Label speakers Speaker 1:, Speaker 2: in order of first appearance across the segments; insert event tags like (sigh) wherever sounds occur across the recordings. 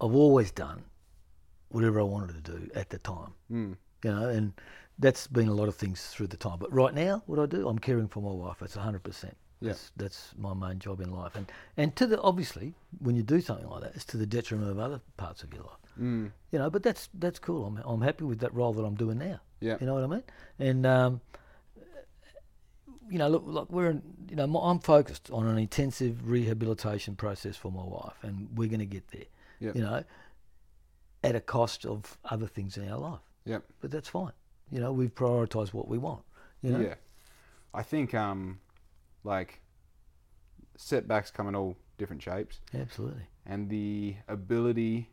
Speaker 1: I've always done whatever I wanted to do at the time. Mm. You know, and that's been a lot of things through the time. But right now, what I do, I'm caring for my wife. It's 100. percent That's that's my main job in life. And and to the obviously, when you do something like that, it's to the detriment of other parts of your life.
Speaker 2: Mm.
Speaker 1: You know, but that's that's cool. I'm I'm happy with that role that I'm doing now.
Speaker 2: Yeah.
Speaker 1: You know what I mean? And um, you know, look, look, we're in, you know, my, I'm focused on an intensive rehabilitation process for my wife, and we're going to get there.
Speaker 2: Yeah.
Speaker 1: You know, at a cost of other things in our life,
Speaker 2: Yeah.
Speaker 1: but that's fine. You know, we've prioritised what we want. You know,
Speaker 2: Yeah. I think um like setbacks come in all different shapes
Speaker 1: absolutely.
Speaker 2: and the ability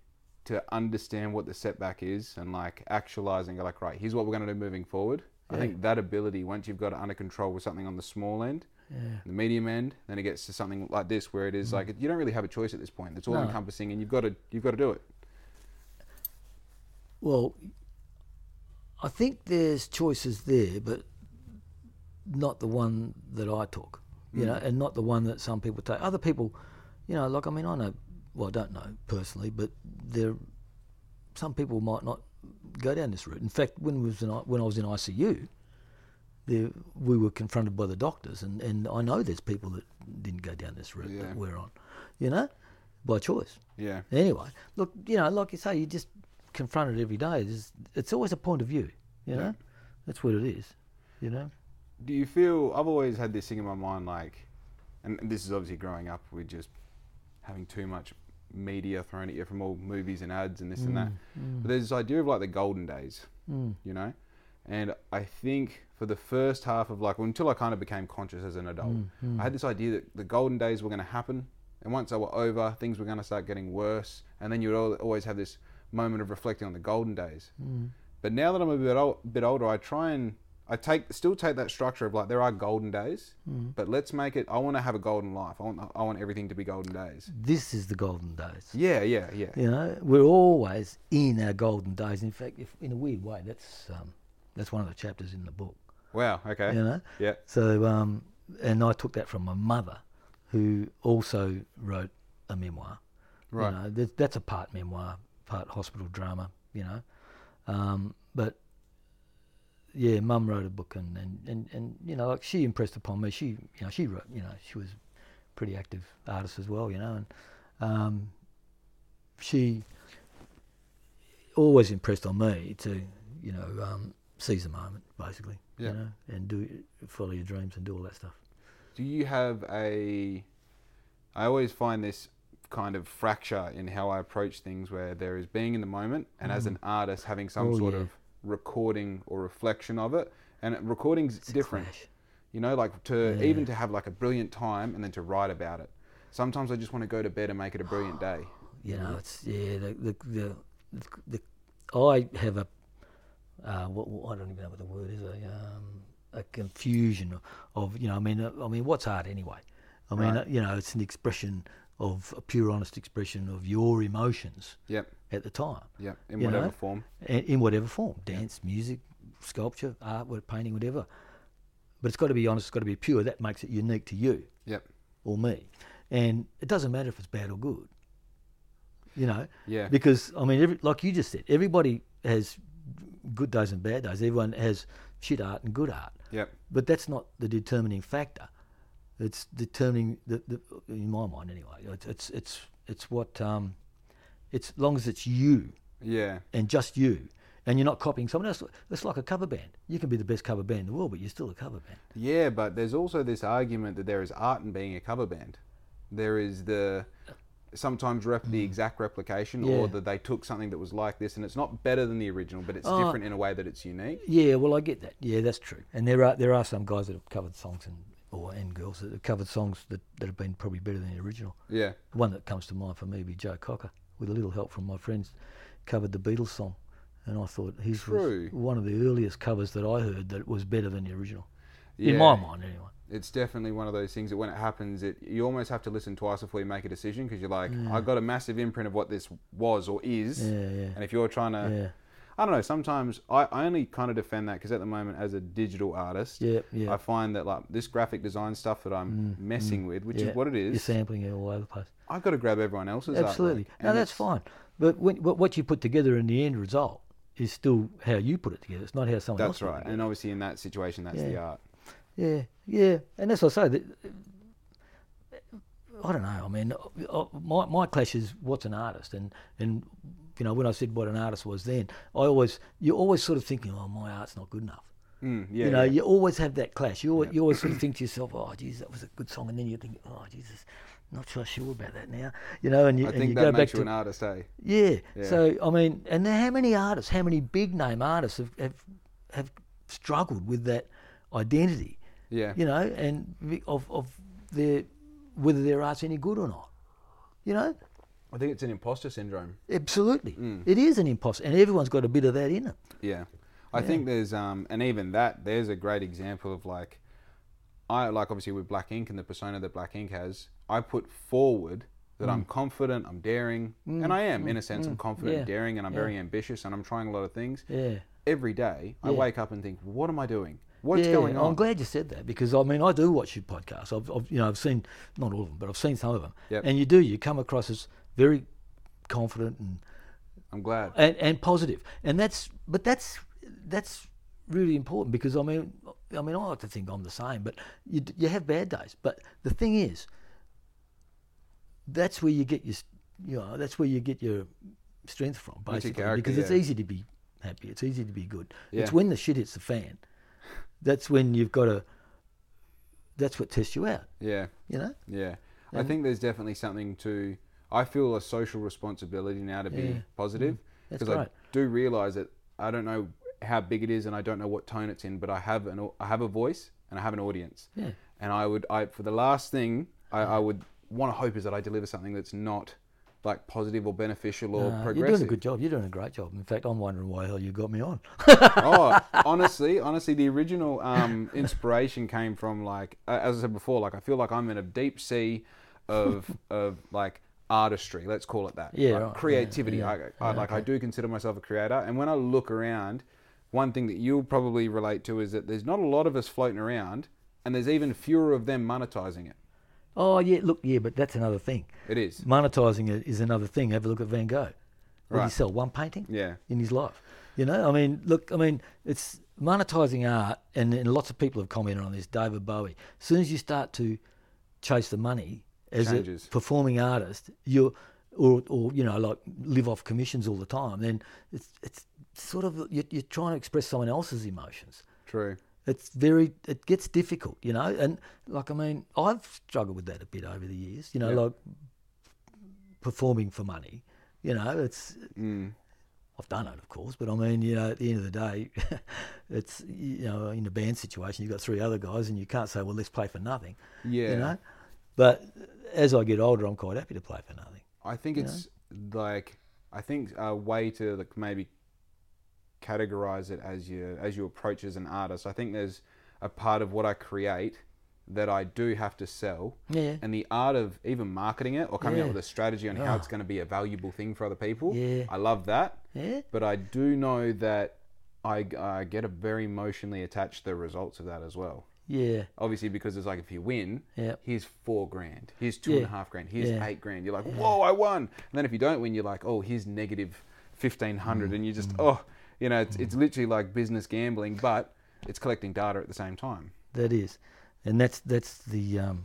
Speaker 2: to understand what the setback is and like actualizing like right here's what we're going to do moving forward i
Speaker 1: Yeah.
Speaker 2: think that ability once you've got it under control with something on the small end
Speaker 1: Yeah. Mm.
Speaker 2: the medium end then it gets to something like this where it is like you don't really have a choice at this point it's all
Speaker 1: No.
Speaker 2: encompassing and you've got to you've got to do it
Speaker 1: Well, I think there's choices there, but not the one that I took, you know, and not the one that some people take. Other people, you know, like I mean, I know, well, I don't know personally, but there, some people might not go down this route. In fact, when we was in, I- when I was in ICU, there, we were confronted by the doctors, and, and I know there's people that didn't go down this route
Speaker 2: Yeah.
Speaker 1: that we're on, you know, by choice.
Speaker 2: yeah
Speaker 1: Anyway, look, you know, like you say, you just confront it every day. It's, it's always a point of view, you know? That's what it is, you know?
Speaker 2: do you feel i've always had this thing in my mind like and this is obviously growing up with just having too much media thrown at you from all movies and ads and this and that but there's this idea of like the golden days you know and i think for the first half of like until i kind of became conscious as an adult i had this idea that the golden days were going to happen and once they were over things were going to start getting worse and then you would al- always have this moment of reflecting on the golden days but now that I'm a bit, ol bit older, I try and I take still take that structure of like there are golden days, but let's make it. I want to have a golden life. I want I want everything to be golden days.
Speaker 1: This is the golden days.
Speaker 2: Yeah, yeah, yeah, yeah.
Speaker 1: You know, we're always in our golden days. In fact, if, in a weird way, that's, um, that's one of the chapters in the book,
Speaker 2: Wow. Okay.
Speaker 1: you know?
Speaker 2: Yeah.
Speaker 1: So, um, and I took that from my mother, who also wrote a memoir.
Speaker 2: Right.
Speaker 1: You know, that, that's a part memoir, part hospital drama. You know, um, but yeah, Mum wrote a book, and, and, and, and you know, like she impressed upon me. She, you know, she wrote. You know, she was a pretty active artist as well. You know, and um, she always impressed on me to, you know, um, seize the moment basically.
Speaker 2: Yeah.
Speaker 1: You know, and do follow your dreams and do all that stuff.
Speaker 2: Do you have a? I always find this kind of fracture in how I approach things, where there is being in the moment, and as an artist, having some
Speaker 1: Oh,
Speaker 2: sort
Speaker 1: yeah.
Speaker 2: of recording or reflection of it. And recording's
Speaker 1: a
Speaker 2: different.
Speaker 1: clash.
Speaker 2: you know like to even to have like a brilliant time and then to write about it sometimes i just want to go to bed and make it a brilliant day
Speaker 1: you know, it's yeah. The the the, the, the I have a uh, what, what- I don't even know what the word is. A, um, a confusion of you know. I mean, uh, I mean, what's art anyway? I mean,
Speaker 2: Right.
Speaker 1: uh, you know, it's an expression of a pure, honest expression of your emotions
Speaker 2: (gasps) yep
Speaker 1: at the time,
Speaker 2: yep in
Speaker 1: You
Speaker 2: whatever
Speaker 1: know?
Speaker 2: form
Speaker 1: in, in whatever form, dance, music, sculpture, art, what- painting, whatever. But it's got to be honest. It's got to be pure. That makes it unique to you
Speaker 2: yep
Speaker 1: or me, and it doesn't matter if it's bad or good. You know,
Speaker 2: yeah
Speaker 1: because I mean, every, like you just said, everybody has good days and bad days. Everyone has shit art and good art,
Speaker 2: yep
Speaker 1: but that's not the determining factor. It's determining the, the in my mind anyway. It's it's it's, it's what um, it's as long as it's you
Speaker 2: yeah
Speaker 1: and just you, and you're not copying someone else. It's like a cover band. You can be the best cover band in the world, but you're still a cover band.
Speaker 2: yeah but there's also this argument that there is art in being a cover band there is the sometimes rep the exact replication or
Speaker 1: Yeah.
Speaker 2: that they took something that was like this and it's not better than the original but it's
Speaker 1: Oh.
Speaker 2: different in a way that it's unique
Speaker 1: Yeah, well, I get that. Yeah, that's true. And there are there are some guys that have covered songs and or and girls that have covered songs that, that have been probably better than the original.
Speaker 2: yeah
Speaker 1: The one that comes to mind for me would be Joe Cocker, with a little help from my friends, covered the Beatles song, and I thought his
Speaker 2: True.
Speaker 1: was one of the earliest covers that I heard that was better than the original,
Speaker 2: yeah
Speaker 1: in my mind anyway.
Speaker 2: it's definitely one of those things that when it happens, it you almost have to listen twice before you make a decision because you're like, I got a massive imprint of what this was or is,
Speaker 1: Mm. Yeah, yeah.
Speaker 2: and if you're trying to,
Speaker 1: Yeah.
Speaker 2: I don't know. Sometimes I, I only kind of defend that because at the moment, as a digital artist,
Speaker 1: Yeah, yeah. Mm,
Speaker 2: I find that like this graphic design stuff that I'm messing with, which
Speaker 1: yeah.
Speaker 2: is what it
Speaker 1: You're
Speaker 2: is,
Speaker 1: sampling it all over the place.
Speaker 2: I've got to grab everyone else's.
Speaker 1: Absolutely.
Speaker 2: artwork,
Speaker 1: No,
Speaker 2: and
Speaker 1: that's
Speaker 2: it's-
Speaker 1: fine. But when, what what you put together in the end result is still how you put it together. It's not how someone else.
Speaker 2: That's
Speaker 1: put it
Speaker 2: right. And obviously, in that situation, that's the
Speaker 1: Yeah.
Speaker 2: art.
Speaker 1: Yeah, yeah, and that's what I say. That, uh, I don't know. I mean, uh, my my clash is what's an artist, and and you know when I said what an artist was, then I always you're always sort of thinking, oh, my art's not good enough.
Speaker 2: Mm, yeah.
Speaker 1: you know,
Speaker 2: yeah.
Speaker 1: you always have that clash. You always, you always sort of think to yourself, oh, geez, that was a good song, and then you think, oh, Jesus, not so sure about that now. You know, and you,
Speaker 2: I
Speaker 1: and
Speaker 2: think
Speaker 1: you
Speaker 2: that
Speaker 1: go back
Speaker 2: makes you
Speaker 1: to
Speaker 2: an artist, eh?
Speaker 1: yeah.
Speaker 2: Yeah.
Speaker 1: So I mean, and how many artists, how many big name artists have have, have struggled with that identity?
Speaker 2: Yeah.
Speaker 1: you know, and the- of of their whether their art's any good or not. You know,
Speaker 2: I think it's an imposter syndrome.
Speaker 1: absolutely,
Speaker 2: Mm.
Speaker 1: it is an imposter, and everyone's got a bit of that in it.
Speaker 2: Yeah. I think there's um and even that there's a great example of like I like obviously with Black Ink and the persona that Black Ink has, I put forward that
Speaker 1: Mm.
Speaker 2: I'm confident, I'm daring, and I am in a sense I'm confident,
Speaker 1: Yeah.
Speaker 2: daring, and I'm very ambitious and I'm trying a lot of things.
Speaker 1: Yeah.
Speaker 2: Every day I
Speaker 1: Yeah.
Speaker 2: wake up and think, what am I doing? What's
Speaker 1: Yeah,
Speaker 2: going on?
Speaker 1: I'm glad you said that because I mean I do watch your podcasts. I've, I've you know I've seen not all of them, but I've seen some of them.
Speaker 2: Yep.
Speaker 1: And you do you come across as very confident and,
Speaker 2: I'm glad.
Speaker 1: and and positive, and that's but that's that's really important because I mean I mean I like to think I'm the same, but you d- you have bad days. But the thing is, that's where you get your s- you know that's where you get your strength from
Speaker 2: your
Speaker 1: basically
Speaker 2: character,
Speaker 1: because it's
Speaker 2: yeah.
Speaker 1: easy to be happy it's easy to be good it's
Speaker 2: Yeah.
Speaker 1: when the shit hits the fan that's when you've got to that's what tests you out
Speaker 2: Yeah.
Speaker 1: you know
Speaker 2: Yeah. I think there's definitely something to I feel a social responsibility now to be
Speaker 1: Yeah. Mm.
Speaker 2: positive
Speaker 1: That's
Speaker 2: because I
Speaker 1: great.
Speaker 2: do realize that I don't know how big it is and I don't know what tone it's in, but I have an au- I have a voice and I have an audience.
Speaker 1: Yeah.
Speaker 2: And I would I for the last thing I, I would want to hope is that I deliver something that's not like positive or beneficial
Speaker 1: Uh,
Speaker 2: or
Speaker 1: you're
Speaker 2: progressive.
Speaker 1: doing a good job you're doing a great job in fact i'm wondering why the hell you got me on (laughs)
Speaker 2: oh, honestly, honestly, the original um, inspiration came from like, uh, as I said before, like I feel like I'm in a deep sea of
Speaker 1: (laughs)
Speaker 2: of like artistry. Let's call it that.
Speaker 1: Yeah,
Speaker 2: Like,
Speaker 1: right, yeah,
Speaker 2: creativity. I, I like. I do consider myself a creator, and when I look around, one thing that you'll probably relate to is that there's not a lot of us floating around, and there's even fewer of them monetizing it.
Speaker 1: oh yeah look yeah but that's another thing
Speaker 2: It is.
Speaker 1: monetizing it is another thing. Have a look at Van Gogh. What did he
Speaker 2: Right.
Speaker 1: sell? One painting?
Speaker 2: Yeah.
Speaker 1: In his life. You know, I mean, look, I mean, it's monetizing art, and, and lots of people have commented on this. David Bowie. As soon as you start to chase the money as
Speaker 2: Changes.
Speaker 1: a performing artist, you're, or, or, you know, like live off commissions all the time, then it's, it's sort of, you're, you're trying to express someone else's emotions
Speaker 2: True.
Speaker 1: it's very it gets difficult you know and like i mean i've struggled with that a bit over the years you know
Speaker 2: Yeah.
Speaker 1: like performing for money you know it's
Speaker 2: Mm.
Speaker 1: i've done it of course but i mean you know at the end of the day (laughs) it's you know in a band situation you've got three other guys and you can't say well let's play for nothing
Speaker 2: Yeah.
Speaker 1: you know but as i get older i'm quite happy to play for nothing
Speaker 2: I think it's like I think a way to like maybe categorize it as you as you approach as an artist. I think there's a part of what I create that I do have to sell.
Speaker 1: Yeah.
Speaker 2: And the art of even marketing it or coming up
Speaker 1: Yeah. Ah.
Speaker 2: with a strategy on how it's going to be a valuable thing for other people.
Speaker 1: Yeah.
Speaker 2: I love that.
Speaker 1: Yeah.
Speaker 2: But I do know that I, I get a very emotionally attached to the results of that as well
Speaker 1: yeah
Speaker 2: obviously because it's like if you win,
Speaker 1: Yep.
Speaker 2: here's four grand, here's two and a
Speaker 1: Yeah.
Speaker 2: half grand, here's
Speaker 1: Yeah.
Speaker 2: eight grand. You're like, whoa, I won. And then if you don't win, you're like, oh, here's negative fifteen
Speaker 1: Mm.
Speaker 2: hundred, and you just oh, you know, it's, it's literally like business gambling, but it's collecting data at the same time.
Speaker 1: That is, and that's that's the um,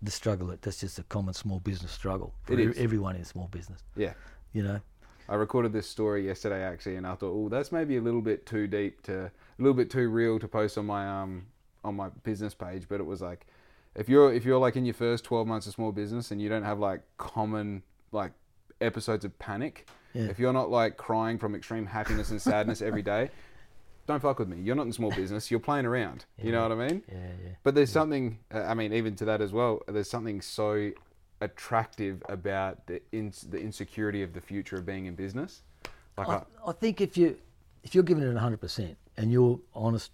Speaker 1: the struggle. that- That's just a common small business struggle for
Speaker 2: It
Speaker 1: ev-
Speaker 2: is.
Speaker 1: everyone in small business.
Speaker 2: Yeah.
Speaker 1: You know,
Speaker 2: I recorded this story yesterday actually, and I thought, oh, that's maybe a little bit too deep to, a little bit too real to post on my um on my business page. But it was like, if you're if you're like in your first twelve months of small business and you don't have like common like episodes of panic,
Speaker 1: Yeah.
Speaker 2: if you're not like crying from extreme happiness and sadness every day, don't fuck with me. You're not in small business. You're playing around. You know what I mean?
Speaker 1: yeah, yeah.
Speaker 2: But there's something, uh, I mean, even to that as well, there's something so attractive about the, ins the insecurity of the future of being in business. Like, uh, I,
Speaker 1: I, I think if you if you're giving it hundred percent and you're honest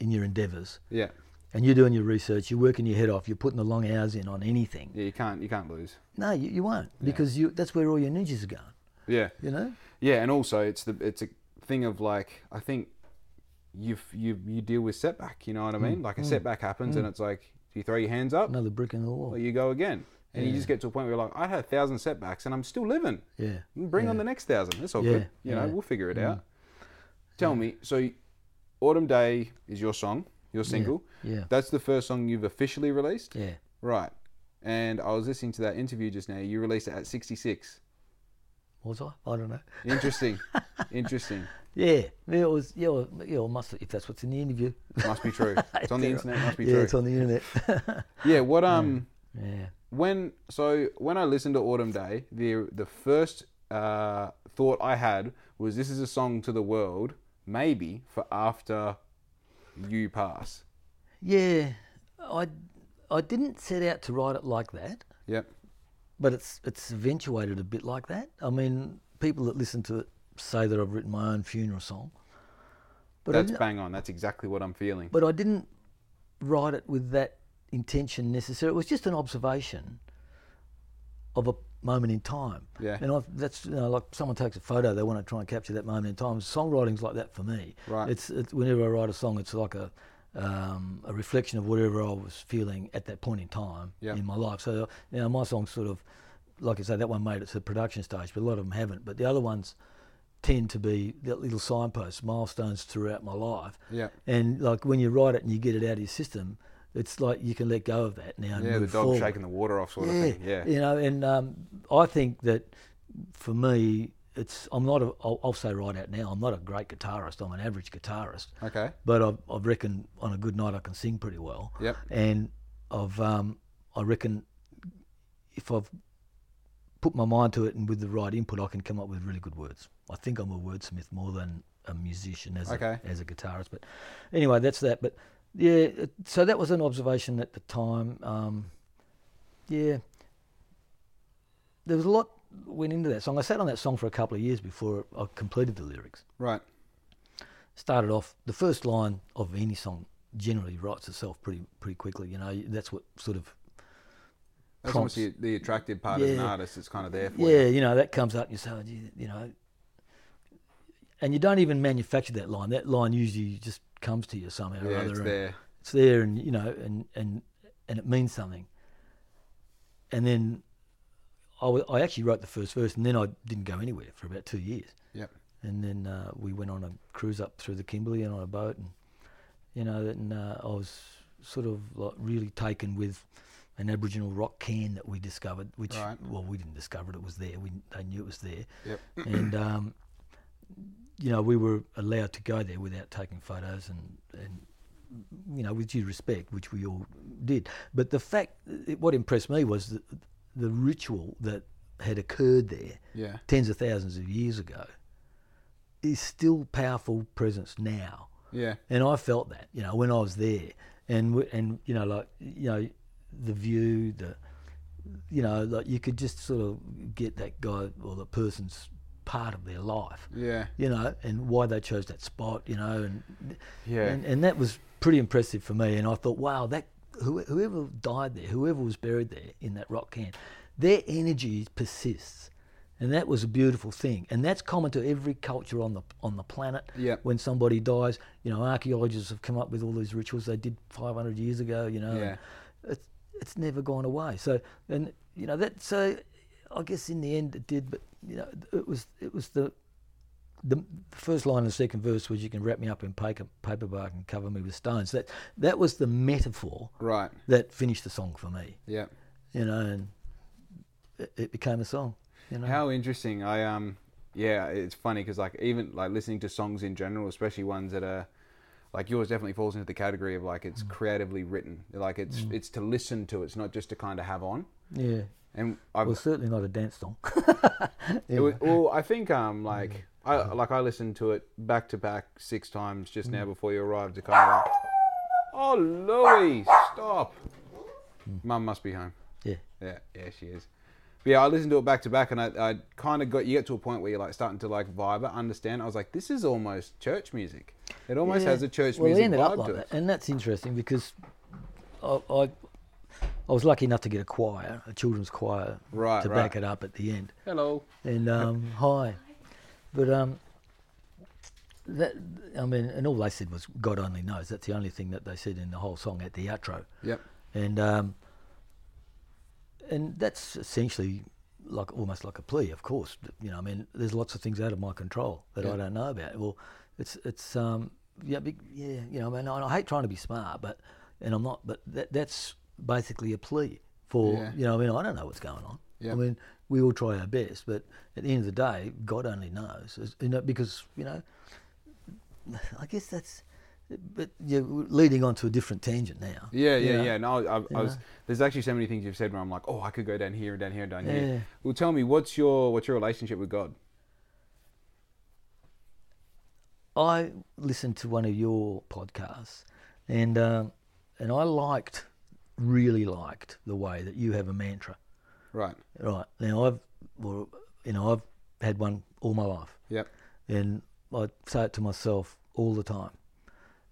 Speaker 1: in your endeavours
Speaker 2: yeah,
Speaker 1: and you're doing your research, you're working your head off, you're putting the long hours in on anything.
Speaker 2: yeah, you can't, you can't lose.
Speaker 1: No, you, you won't because you that's where all your energies are going.
Speaker 2: Yeah,
Speaker 1: You know.
Speaker 2: yeah, and also it's the, it's a thing of like, I think you, you, you deal with setback. You know what I mean? Like a setback happens, and it's like, do you throw your hands up?
Speaker 1: Another brick in the
Speaker 2: Or
Speaker 1: wall.
Speaker 2: you go again. And you just get to a point where you're like, I had a thousand setbacks and I'm still living.
Speaker 1: Yeah.
Speaker 2: Bring on the next thousand. That's all
Speaker 1: Yeah,
Speaker 2: good. You know,
Speaker 1: yeah. Mm.
Speaker 2: we'll figure it out. Tell me, so Autumn Day is your song, your single.
Speaker 1: Yeah.
Speaker 2: That's the first song you've officially released?
Speaker 1: Yeah.
Speaker 2: Right. And I was listening to that interview just now. You released it at 66.
Speaker 1: Was I? I don't know. (laughs)
Speaker 2: Interesting. Interesting.
Speaker 1: Yeah. yeah it was. Yeah. Well, yeah. Well, must if that's what's in the interview.
Speaker 2: Must
Speaker 1: (laughs)
Speaker 2: be true. It's on the internet. Must be
Speaker 1: yeah.
Speaker 2: true.
Speaker 1: It's on the internet.
Speaker 2: yeah. What um
Speaker 1: (laughs) yeah.
Speaker 2: when so when I listened to Autumn Day, the the first uh, thought I had was this is a song to the world, maybe for after you pass.
Speaker 1: Yeah. I I didn't set out to write it like that.
Speaker 2: Yep.
Speaker 1: but it's it's eventuated a bit like that. I mean, people that listen to it say that I've written my own funeral song, but I
Speaker 2: That's
Speaker 1: didn't,
Speaker 2: bang on. That's exactly what I'm feeling.
Speaker 1: but I didn't write it with that intention necessarily. It was just an observation of a moment in time.
Speaker 2: Yeah.
Speaker 1: and I've, that's you know, like someone takes a photo, they want to try and capture that moment in time. Songwriting's like that for me.
Speaker 2: Right.
Speaker 1: It's, it's whenever I write a song, it's like a um, a reflection of whatever I was feeling at that point in time
Speaker 2: Yeah.
Speaker 1: in my life. So you know, my songs sort of, like I say, that one made it to the production stage, but a lot of them haven't. But the other ones tend to be the little signposts, milestones throughout my life.
Speaker 2: Yeah.
Speaker 1: And like when you write it and you get it out of your system, it's like you can let go of that now. and
Speaker 2: Yeah, the
Speaker 1: move
Speaker 2: dog
Speaker 1: forward.
Speaker 2: shaking the water off sort
Speaker 1: Yeah,
Speaker 2: of thing. Yeah.
Speaker 1: You know, and um, I think that for me, it's I'm not a. I'll, I'll say right out now, I'm not a great guitarist. I'm an average guitarist,
Speaker 2: Okay.
Speaker 1: but I, I reckon on a good night I can sing pretty well.
Speaker 2: Yep.
Speaker 1: And I've um, I reckon if I've put my mind to it and with the right input, I can come up with really good words. I think I'm a wordsmith more than a musician as
Speaker 2: Okay.
Speaker 1: a, as a guitarist. But anyway, that's that. But yeah, it, so that was an observation at the time. Um, yeah, there was a lot went into that song. I sat on that song for a couple of years before I completed the lyrics
Speaker 2: Right.
Speaker 1: started off the first line of any song generally writes itself pretty pretty quickly you know that's what sort of
Speaker 2: That's
Speaker 1: Prompts.
Speaker 2: almost the, the attractive part as an
Speaker 1: Yeah.
Speaker 2: artist. It's kind of there for you.
Speaker 1: yeah you know that comes up and you say oh, gee, you know and you don't even manufacture that line that line usually just comes to you somehow or
Speaker 2: Yeah,
Speaker 1: other
Speaker 2: it's
Speaker 1: and
Speaker 2: there.
Speaker 1: it's there and you know and and and it means something and then I, w- I actually wrote the first verse and then I didn't go anywhere for about two years
Speaker 2: Yep.
Speaker 1: and then uh, we went on a cruise up through the Kimberley and on a boat, and you know, and uh, I was sort of like really taken with an Aboriginal rock can that we discovered, which
Speaker 2: Right.
Speaker 1: well, we didn't discover it; it was there. We they knew it was there,
Speaker 2: Yep.
Speaker 1: and um, you know, we were allowed to go there without taking photos and and you know, with due respect, which we all did. But the fact, it, what impressed me was the, the ritual that had occurred there
Speaker 2: Yeah.
Speaker 1: tens of thousands of years ago is still powerful presence now.
Speaker 2: Yeah.
Speaker 1: And I felt that, you know, when I was there, and w- and you know, like you know, the view, the, you know, like you could just sort of get that guy or the person's part of their life,
Speaker 2: Yeah.
Speaker 1: you know, and why they chose that spot, you know, and
Speaker 2: Yeah.
Speaker 1: and, and that was pretty impressive for me. And I thought, wow, that who- whoever died there, whoever was buried there in that rock can, their energy persists, and that was a beautiful thing. And that's common to every culture on the on the planet.
Speaker 2: Yeah.
Speaker 1: When somebody dies, you know, archaeologists have come up with all these rituals they did 500 years ago. You know, and
Speaker 2: Yeah.
Speaker 1: it's it's never gone away. So and you know that so. I guess in the end it did, but you know it was it was the the the first line and second verse was you can wrap me up in paper, paper bark and cover me with stones. That that was the metaphor
Speaker 2: Right.
Speaker 1: that finished the song for me,
Speaker 2: Yeah.
Speaker 1: you know, and it, it became a song, you know.
Speaker 2: How interesting. I um yeah, it's funny because like even like listening to songs in general, especially ones that are like yours definitely falls into the category of like it's creatively written. Like it's it's to listen to. It's not just to kind of have on.
Speaker 1: yeah.
Speaker 2: And I've
Speaker 1: Well, certainly not a dance song. (laughs)
Speaker 2: it was, well, I think um like I
Speaker 1: Mm-hmm.
Speaker 2: like I listened to it back to back six times just
Speaker 1: Mm.
Speaker 2: now before you arrived to kind of like Oh Louis, stop. Mum must be home.
Speaker 1: Yeah.
Speaker 2: Yeah, yeah, she is. But yeah, I listened to it back to back, and I, I kind of got you get to a point where you're like starting to like vibe it, understand. I was like, this is almost church music. It almost
Speaker 1: Yeah.
Speaker 2: has a church
Speaker 1: well,
Speaker 2: music
Speaker 1: it ended
Speaker 2: vibe
Speaker 1: up like
Speaker 2: to
Speaker 1: that,
Speaker 2: it.
Speaker 1: and that's interesting because I, I I was lucky enough to get a choir, a children's choir,
Speaker 2: Right,
Speaker 1: to
Speaker 2: right.
Speaker 1: back it up at the end.
Speaker 2: Hello.
Speaker 1: and
Speaker 2: (laughs)
Speaker 1: um, hi. But um, that I mean, and all they said was "God only knows." That's the only thing that they said in the whole song at the outro,
Speaker 2: Yep.
Speaker 1: and um, and that's essentially like almost like a plea, of course. You know, I mean, there's lots of things out of my control that
Speaker 2: Yeah.
Speaker 1: I don't know about. Well, it's it's um yeah big, yeah you know, I mean, and I hate trying to be smart, but and I'm not, but that that's basically a plea for
Speaker 2: Yeah.
Speaker 1: you know, I mean, I don't know what's going on.
Speaker 2: Yeah.
Speaker 1: I mean, we all try our best, but at the end of the day, God only knows. It's- You know, because you know, I guess that's. But yeah, we're leading on to a different tangent now.
Speaker 2: Yeah, yeah,
Speaker 1: you
Speaker 2: yeah.
Speaker 1: know?
Speaker 2: No, I, I, I was.
Speaker 1: Yeah.
Speaker 2: There's actually so many things you've said where I'm like, oh, I could go down here and down here and down
Speaker 1: Yeah.
Speaker 2: here. Well, tell me, what's your what's your relationship with God?
Speaker 1: I listened to one of your podcasts, and um, and I liked, really liked the way that you have a mantra.
Speaker 2: Right.
Speaker 1: Right now, I've well, you know, I've had one all my life,
Speaker 2: Yep.
Speaker 1: and I say it to myself all the time,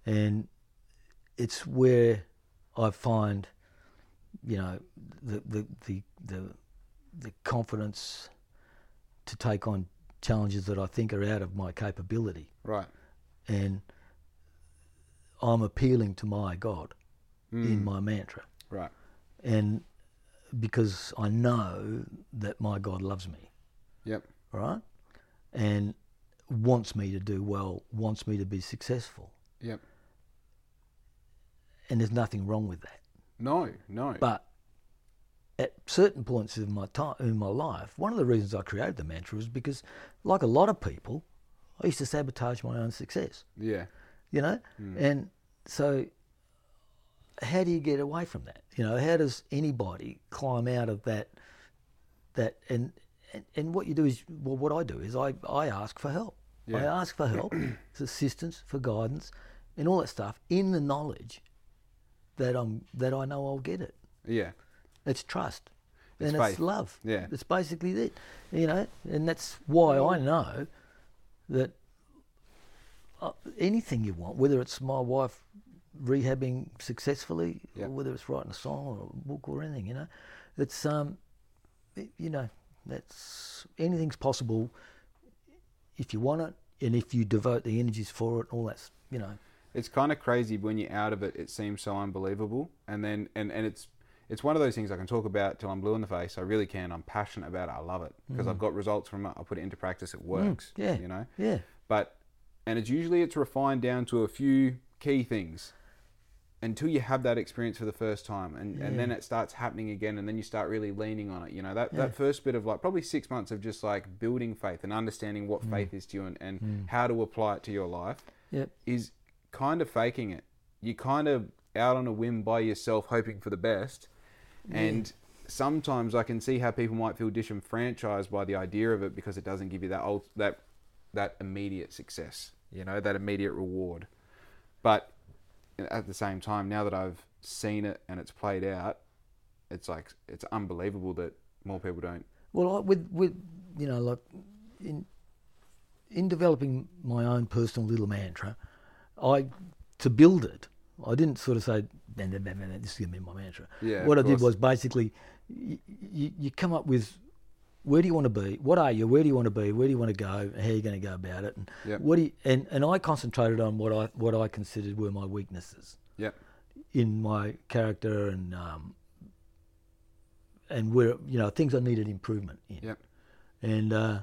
Speaker 1: and it's where I find, you know, the the the the, the confidence to take on challenges that I think are out of my capability
Speaker 2: Right.
Speaker 1: and I'm appealing to my God in my mantra,
Speaker 2: Right.
Speaker 1: and because I know that my God loves me,
Speaker 2: Yep.
Speaker 1: all right, and wants me to do well, wants me to be successful,
Speaker 2: Yep.
Speaker 1: and there's nothing wrong with that.
Speaker 2: No. No.
Speaker 1: But at certain points in my time in my life, one of the reasons I created the mantra was because, like a lot of people, I used to sabotage my own success.
Speaker 2: yeah.
Speaker 1: you know and so how do you get away from that you know how does anybody climb out of that that and and, and what you do is well what i do is i i ask for help i
Speaker 2: Yeah.
Speaker 1: ask for help for assistance for guidance and all that stuff in the knowledge that i'm that i know i'll get it
Speaker 2: Yeah.
Speaker 1: it's trust
Speaker 2: It's
Speaker 1: and
Speaker 2: faith.
Speaker 1: it's love.
Speaker 2: Yeah.
Speaker 1: It's basically it. You know, and that's why I know that uh, anything you want, whether it's my wife rehabbing successfully,
Speaker 2: Yeah.
Speaker 1: or whether it's writing a song or a book or anything, you know, it's um, it- you know, that's anything's possible if you want it and if you devote the energies for it. All that's you know,
Speaker 2: It's kind of crazy when you're out of it. It seems so unbelievable, and then and and it's it's one of those things I can talk about till I'm blue in the face. I really can. I'm passionate about it. I love it because I've got results from it. I put it into practice. It works.
Speaker 1: Mm. yeah.
Speaker 2: You know.
Speaker 1: yeah,
Speaker 2: but and it's usually it's refined down to a few key things until you have that experience for the first time and, and then it starts happening again and then you start really leaning on it you know that, that first bit of like probably six months of just like building faith and understanding what faith is to you and, and how to apply it to your life
Speaker 1: yep,
Speaker 2: is kind of faking it you kind of out on a whim by yourself hoping for the best and sometimes i can see how people might feel disenfranchised by the idea of it because it doesn't give you that old that that immediate success, you know, that immediate reward. But at the same time, now that I've seen it and it's played out, it's like it's unbelievable that more people don't.
Speaker 1: Well, I, with with you know, like in in developing my own personal little mantra, I to build it. I didn't sort of say, "Bam, bam, bam, bam, "This is going to be my mantra."
Speaker 2: Yeah,
Speaker 1: what I
Speaker 2: of
Speaker 1: did
Speaker 2: course.
Speaker 1: was basically, you, you, you come up with where do you want to be? What are you? Where do you want to be? Where do you want to go? How are you going to go about it? And
Speaker 2: Yep.
Speaker 1: what do you, and and I concentrated on what I what I considered were my weaknesses
Speaker 2: Yep.
Speaker 1: in my character and um, and where you know things I needed improvement in
Speaker 2: Yep.
Speaker 1: and uh,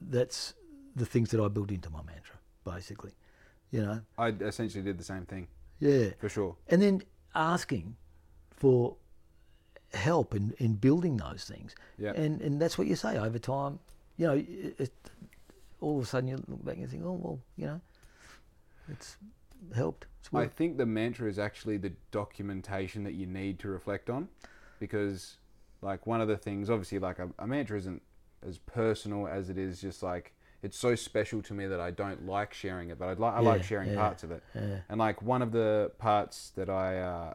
Speaker 1: that's the things that I built into my mantra, basically. You know,
Speaker 2: I essentially did the same thing
Speaker 1: yeah,
Speaker 2: for sure.
Speaker 1: and then asking for help in, in building those things,
Speaker 2: Yeah.
Speaker 1: and and that's what you say over time. You know, it, it, all of a sudden you look back and think, oh well, you know, it's helped. It's
Speaker 2: I
Speaker 1: worked.
Speaker 2: think the mantra is actually the documentation that you need to reflect on because, like, one of the things, obviously, like, a, a mantra isn't as personal as it is just like, it's so special to me that I don't like sharing it, but I'd li- I like
Speaker 1: Yeah,
Speaker 2: sharing
Speaker 1: yeah,
Speaker 2: parts of it.
Speaker 1: yeah.
Speaker 2: And, like, one of the parts that I, uh,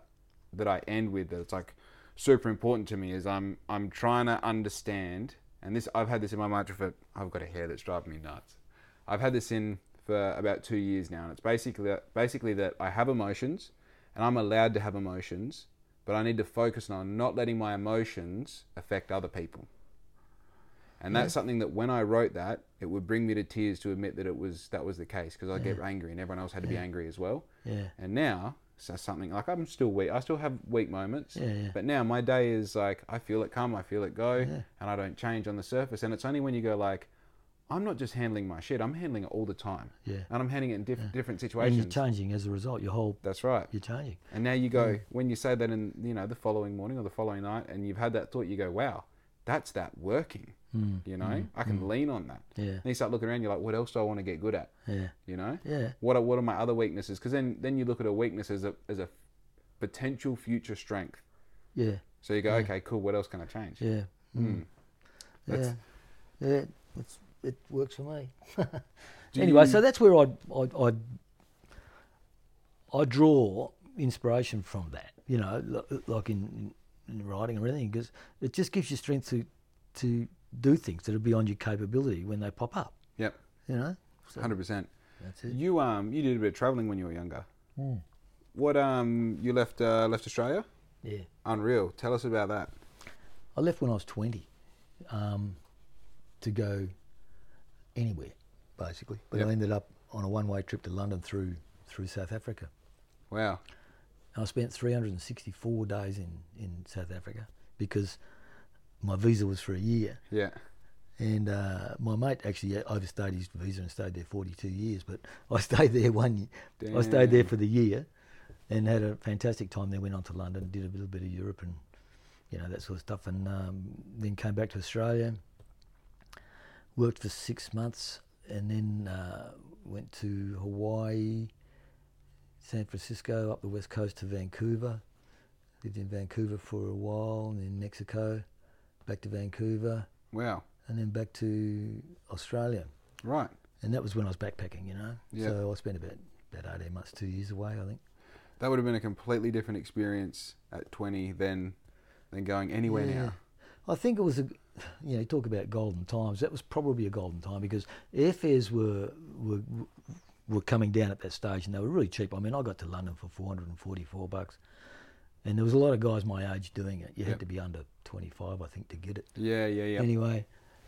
Speaker 2: that I end with that's like super important to me is I'm, I'm trying to understand, and this, I've had this in my mantra for, I've got a hair that's driving me nuts. I've had this in for about two years now, and it's basically basically that I have emotions, and I'm allowed to have emotions, but I need to focus on not letting my emotions affect other people. And that's something that when I wrote that, it would bring me to tears to admit that it was that was the case because I get angry, and everyone else had to be angry as well.
Speaker 1: Yeah.
Speaker 2: And now, so something like I'm still weak. I still have weak moments.
Speaker 1: Yeah, yeah.
Speaker 2: But now my day is like I feel it come, I feel it go,
Speaker 1: Yeah.
Speaker 2: and I don't change on the surface. And it's only when you go like, I'm not just handling my shit. I'm handling it all the time.
Speaker 1: Yeah.
Speaker 2: And I'm handling it in diff- different
Speaker 1: And you're
Speaker 2: situations.
Speaker 1: changing as a result. Your whole
Speaker 2: That's right.
Speaker 1: you're changing.
Speaker 2: And now you go when you say that in you know the following morning or the following night, and you've had that thought, you go, wow, that's that working. You know, I can lean on that.
Speaker 1: Hmm. Yeah.
Speaker 2: And you start looking around, you're like, what else do I want to get good at?
Speaker 1: Yeah.
Speaker 2: You know,
Speaker 1: Yeah.
Speaker 2: what are what are my other weaknesses? Because then then you look at a weakness as a as a potential future strength.
Speaker 1: Yeah.
Speaker 2: So you go, okay, cool. What else can I change?
Speaker 1: Yeah.
Speaker 2: Mm.
Speaker 1: Yeah.
Speaker 2: That's-
Speaker 1: Yeah. It's, it works for me.
Speaker 2: (laughs) Do
Speaker 1: anyway,
Speaker 2: you-
Speaker 1: so that's where I'd, I'd, I'd, I draw inspiration from that, you know, li- like in, in writing or anything, because it just gives you strength to, to do things that are beyond your capability when they pop up,
Speaker 2: Yep,
Speaker 1: you know? So
Speaker 2: hundred percent.
Speaker 1: that's it. Hmm.
Speaker 2: You um you did a bit of traveling when you were younger. What um you left uh, left Australia?
Speaker 1: Yeah.
Speaker 2: Unreal. Tell us about that.
Speaker 1: I left when I was 20 um, to go anywhere, basically. But
Speaker 2: Yep.
Speaker 1: I ended up on a one way trip to London through, through South Africa.
Speaker 2: Wow.
Speaker 1: I spent 364 days in, in South Africa because my visa was for a year.
Speaker 2: Yeah.
Speaker 1: And uh, my mate actually overstayed his visa and stayed there 42 years, but (laughs) I stayed there one year. I stayed there for the year and had a fantastic time there. Went on to London, did a little bit of Europe and, you know, that sort of stuff. And um, then came back to Australia, worked for six months, and then uh, went to Hawaii, San Francisco, up the west coast to Vancouver. Lived in Vancouver for a while, and then Mexico, back to Vancouver
Speaker 2: Wow.
Speaker 1: and then back to Australia.
Speaker 2: Right.
Speaker 1: And that was when I was backpacking, you know.
Speaker 2: Yeah.
Speaker 1: So I spent about about eighteen months, two years away, I think.
Speaker 2: That would have been a completely different experience at 20 than than going anywhere
Speaker 1: Yeah.
Speaker 2: now.
Speaker 1: I think it was a, (sighs) you know, you talk about golden times. That was probably a golden time because airfares were were were coming down at that stage, and they were really cheap. I mean, I got to London for four hundred and forty four bucks, and there was a lot of guys my age doing it. You
Speaker 2: Yep.
Speaker 1: had to be under twenty five, I think, to get it.
Speaker 2: Yeah, yeah, yeah.
Speaker 1: anyway.